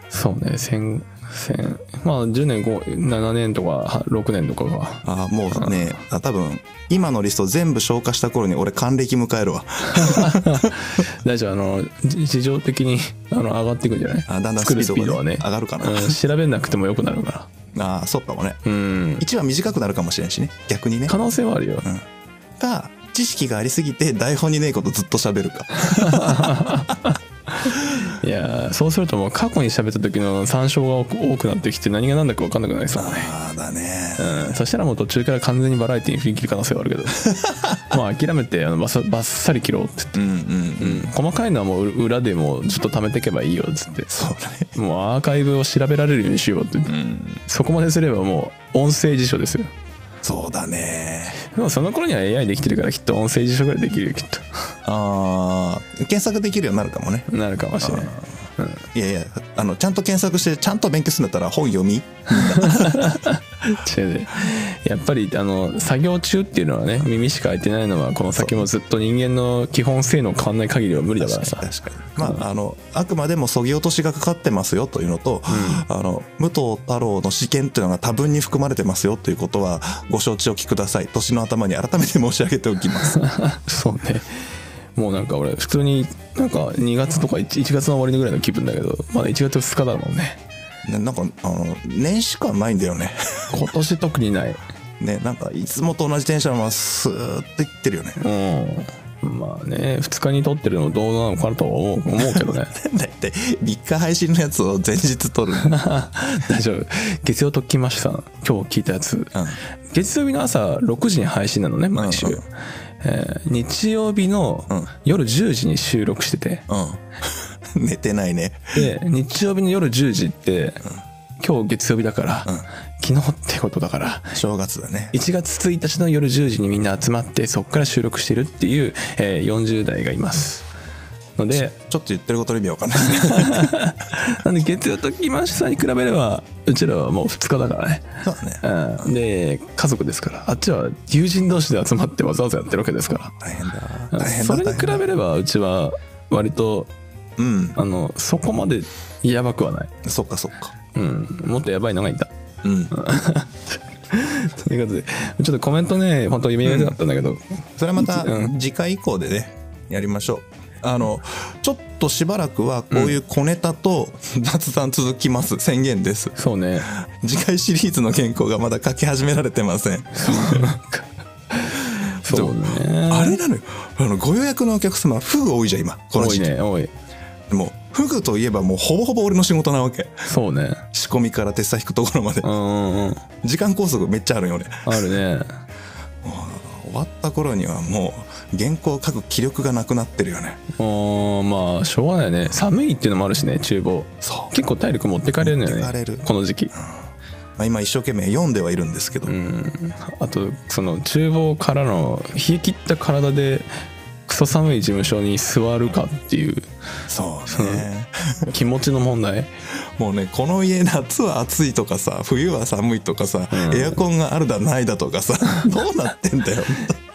S2: そうね1000 1000まあ10年後7年とか6年とか が
S3: ああもうねあ多分今のリスト全部消化した頃に俺還暦迎えるわ
S2: 大丈夫あのじ市場的にあの上がっていくんじゃない
S3: あだんだん
S2: 作
S3: スピ
S2: る
S3: ー
S2: ス
S3: ド
S2: ピード
S3: が
S2: は
S3: ね
S2: ね
S3: 上がるかな、
S2: うん、調べなくてもよくなるから
S3: ああそうかもね
S2: うん
S3: 1話短くなるかもしれんしね逆にね
S2: 可能性はあるよ
S3: か知識がありすぎて台本にねえことずっと喋る か
S2: いやーそうするともう過去に喋った時の参照が多くなってきて何が何だか分かんなくなりそうだね
S3: ああだね
S2: うん、そしたらもう途中から完全にバラエティに振り切る可能性はあるけどまあ諦めてあのバサバッサリ切ろうって言って
S3: うんうんうん
S2: 細かいのはもう裏でもうずっと貯めてけばいいよっつって
S3: そうだね
S2: もうアーカイブを調べられるようにしようって言って
S3: うん
S2: そこまですればもう音声辞書ですよ
S3: そうだね
S2: でもその頃には AI できてるからきっと音声辞書ぐらいできるよきっ
S3: ああ検索できるようになるかもね
S2: となるかもしれない
S3: いやいやあのちゃんと検索してちゃんと勉強するんだったら本読み
S2: 違うね やっぱりあの作業中っていうのはね耳しか開いてないのはこの先もずっと人間の基本性能変わんない限りは無理だからさ
S3: 確かにまああのあくまでもそぎ落としがかかってますよというのと、あの武藤太郎の試験というのが多分に含まれてますよということはご承知おきください年の頭に改めて申し上げておきます
S2: そうねもうなんか俺普通になんか2月とか 1, 月の終わりぐらいの気分だけどまだ1月2日だもんね
S3: ねなんかあの年始感ないんだよね
S2: 今年特にない
S3: ねなんかいつもと同じテンションはスーッといってるよね
S2: うんまあね、2日に撮ってるのどうなのかなとは思う思うけ どね。
S3: だって3日配信のやつを前日撮るの
S2: 大丈夫。月曜ときました。今日聞いたやつ。
S3: うん
S2: 月曜日の朝6時に配信なのね、毎週。
S3: うんうん
S2: えー日曜日の
S3: うん
S2: 夜10時に収録してて。
S3: うん 寝てないね
S2: で、日曜日の夜10時って、今日月曜日だから、
S3: うん
S2: 昨日ってことだから、
S3: 正月だね
S2: 1月1日の夜10時にみんな集まって、そっから収録してるっていう、えー40代がいます。ので、
S3: ちょっと言ってることの意味わかんない
S2: なんで月曜ときましたに比べれば、うちらはもう2日だからね。
S3: そうだね
S2: うん、で家族ですからあっちは友人同士で集まってわざわざやってるわけですか
S3: 大変だ
S2: ら
S3: 大変だ
S2: それに
S3: 大
S2: 比
S3: 変だ
S2: べればうちは割と
S3: うん
S2: あのそこまでやばくはない、
S3: そっかそっか
S2: うん、もっとやばいのがいた
S3: うん
S2: ということでちょっとコメントね本当読み上げたかったんだけど、
S3: それはまた
S2: うん
S3: 次回以降でねやりましょうあのちょっとしばらくはこういう小ネタと雑談続きます宣言です
S2: そうね
S3: 次回シリーズの原稿がまだ書き始められてません
S2: そうね
S3: あれなのよあのご予約のお客様フグ多いじゃん今この
S2: 多い
S3: 時期、
S2: ね多い
S3: もうフグといえばもうほぼほぼ俺の仕事なわけ
S2: そうね
S3: 仕込みから手差引くところまで
S2: うんうんうん
S3: 時間拘束めっちゃあるんよ俺
S2: あるね
S3: 終わった頃にはもう原稿書く気力がなくなってるよね
S2: うんまあしょうがないね寒いっていうのもあるしね厨房
S3: そう
S2: 結構体力持ってかれるのよ
S3: 持ってかれ
S2: ね
S3: る
S2: この時期
S3: まあ、今一生懸命読んではいるんですけど、
S2: うんあとその厨房からの冷え切った体でクソ寒い事務所に座るかって いう
S3: そ うね、
S2: 気持ちの問題
S3: もうねこの家夏は暑いとかさ冬は寒いとかさ、
S2: うん
S3: エアコンがあるだないだと かさどうなってんだよ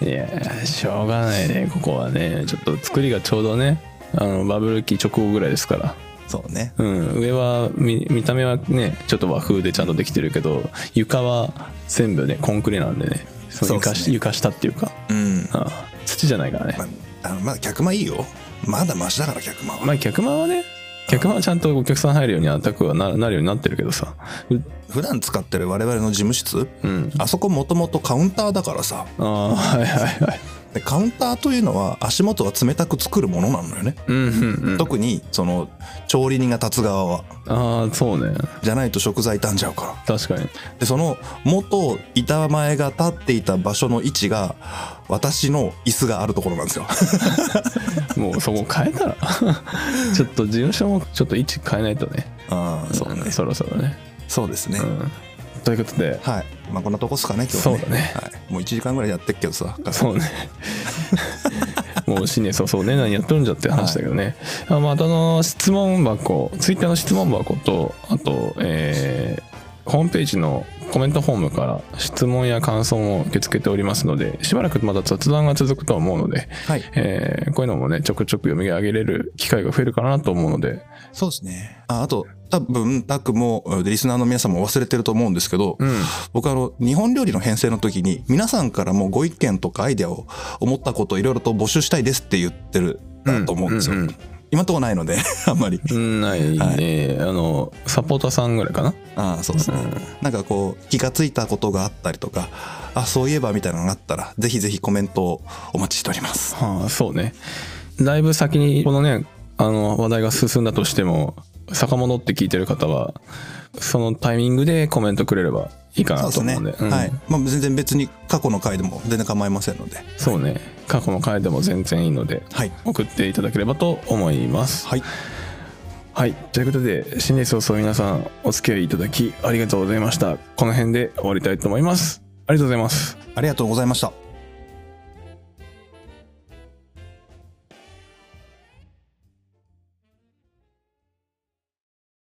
S2: いやーしょうがないねここはねちょっと作りがちょうどねあのバブル期直後ぐらいですから
S3: そうね
S2: うん上は見見た目はねちょっと和風でちゃんとできてるけど床は全部ねコンクリなんでねその
S3: そう
S2: 床
S3: っ
S2: し
S3: すね
S2: 床下っていうか
S3: うん
S2: あ土じゃないからね
S3: まあのまだ客間いいよまだマシだから客間は、
S2: まあ客間はね客間はちゃんとお客さん入るようにアタックはななるようになってるけどさう
S3: 普段使ってる我々の事務室
S2: うん
S3: あそこもともとカウンターだからさ
S2: ああはいはいはい
S3: でカウンターというのは足元は冷たく作るものなのよね、
S2: うんうんうん
S3: 特にその調理人が立つ側は
S2: ああそうね
S3: じゃないと食材傷んじゃうから
S2: 確かに
S3: でその元板前が立っていた場所の位置が私の椅子があるところなんですよ
S2: もうそこ変えたら ちょっと事務所もちょっと位置変えないとね
S3: ああそうね
S2: そろそろね
S3: そうですね、
S2: うんということで
S3: はいまあこんなとこっすかね今日はね
S2: そうだね
S3: はい、もう1時間ぐらいやってっけどさ
S2: そうね もう新年早々ね何やってるんじゃって話だけどね、あまたあの質問箱ツイッターの質問箱とあとえーホームページのコメントフォームから質問や感想も受け付けておりますのでしばらくまた雑談が続くとは思うので、
S3: はい
S2: えーこういうのもねちょくちょく読み上げれる機会が増えるかなと思うので
S3: そうですねああと多分タックもでリスナーの皆さんも忘れてると思うんですけど、
S2: ん
S3: 僕あの日本料理の編成の時に皆さんからもご意見とかアイデアを思ったことをいろいろと募集したいですって言ってると思うんですよ、
S2: うんうんうん
S3: 今んとこないので あんまり
S2: うんないね、あのサポーターさんぐらいかな
S3: ああそうですね、なんかこう気がついたことがあったりとかあそういえばみたいなのがあったらぜひぜひコメントをお待ちしております
S2: はあそうねだいぶ先にこのねあの話題が進んだとしても遡って聞いてる方はそのタイミングでコメントくれればいいか
S3: そ
S2: な
S3: うで
S2: と
S3: す
S2: 思う
S3: ね、
S2: んでん
S3: はい、まあ、全然別に過去の回でも全然構いませんので
S2: そうね過去の回でも全然いいので
S3: はい
S2: 送っていただければと思います
S3: はい
S2: はいということで新年早々皆さんお付き合いいただきありがとうございましたこの辺で終わりたいと思いますありがとうございます
S3: ありがとうございました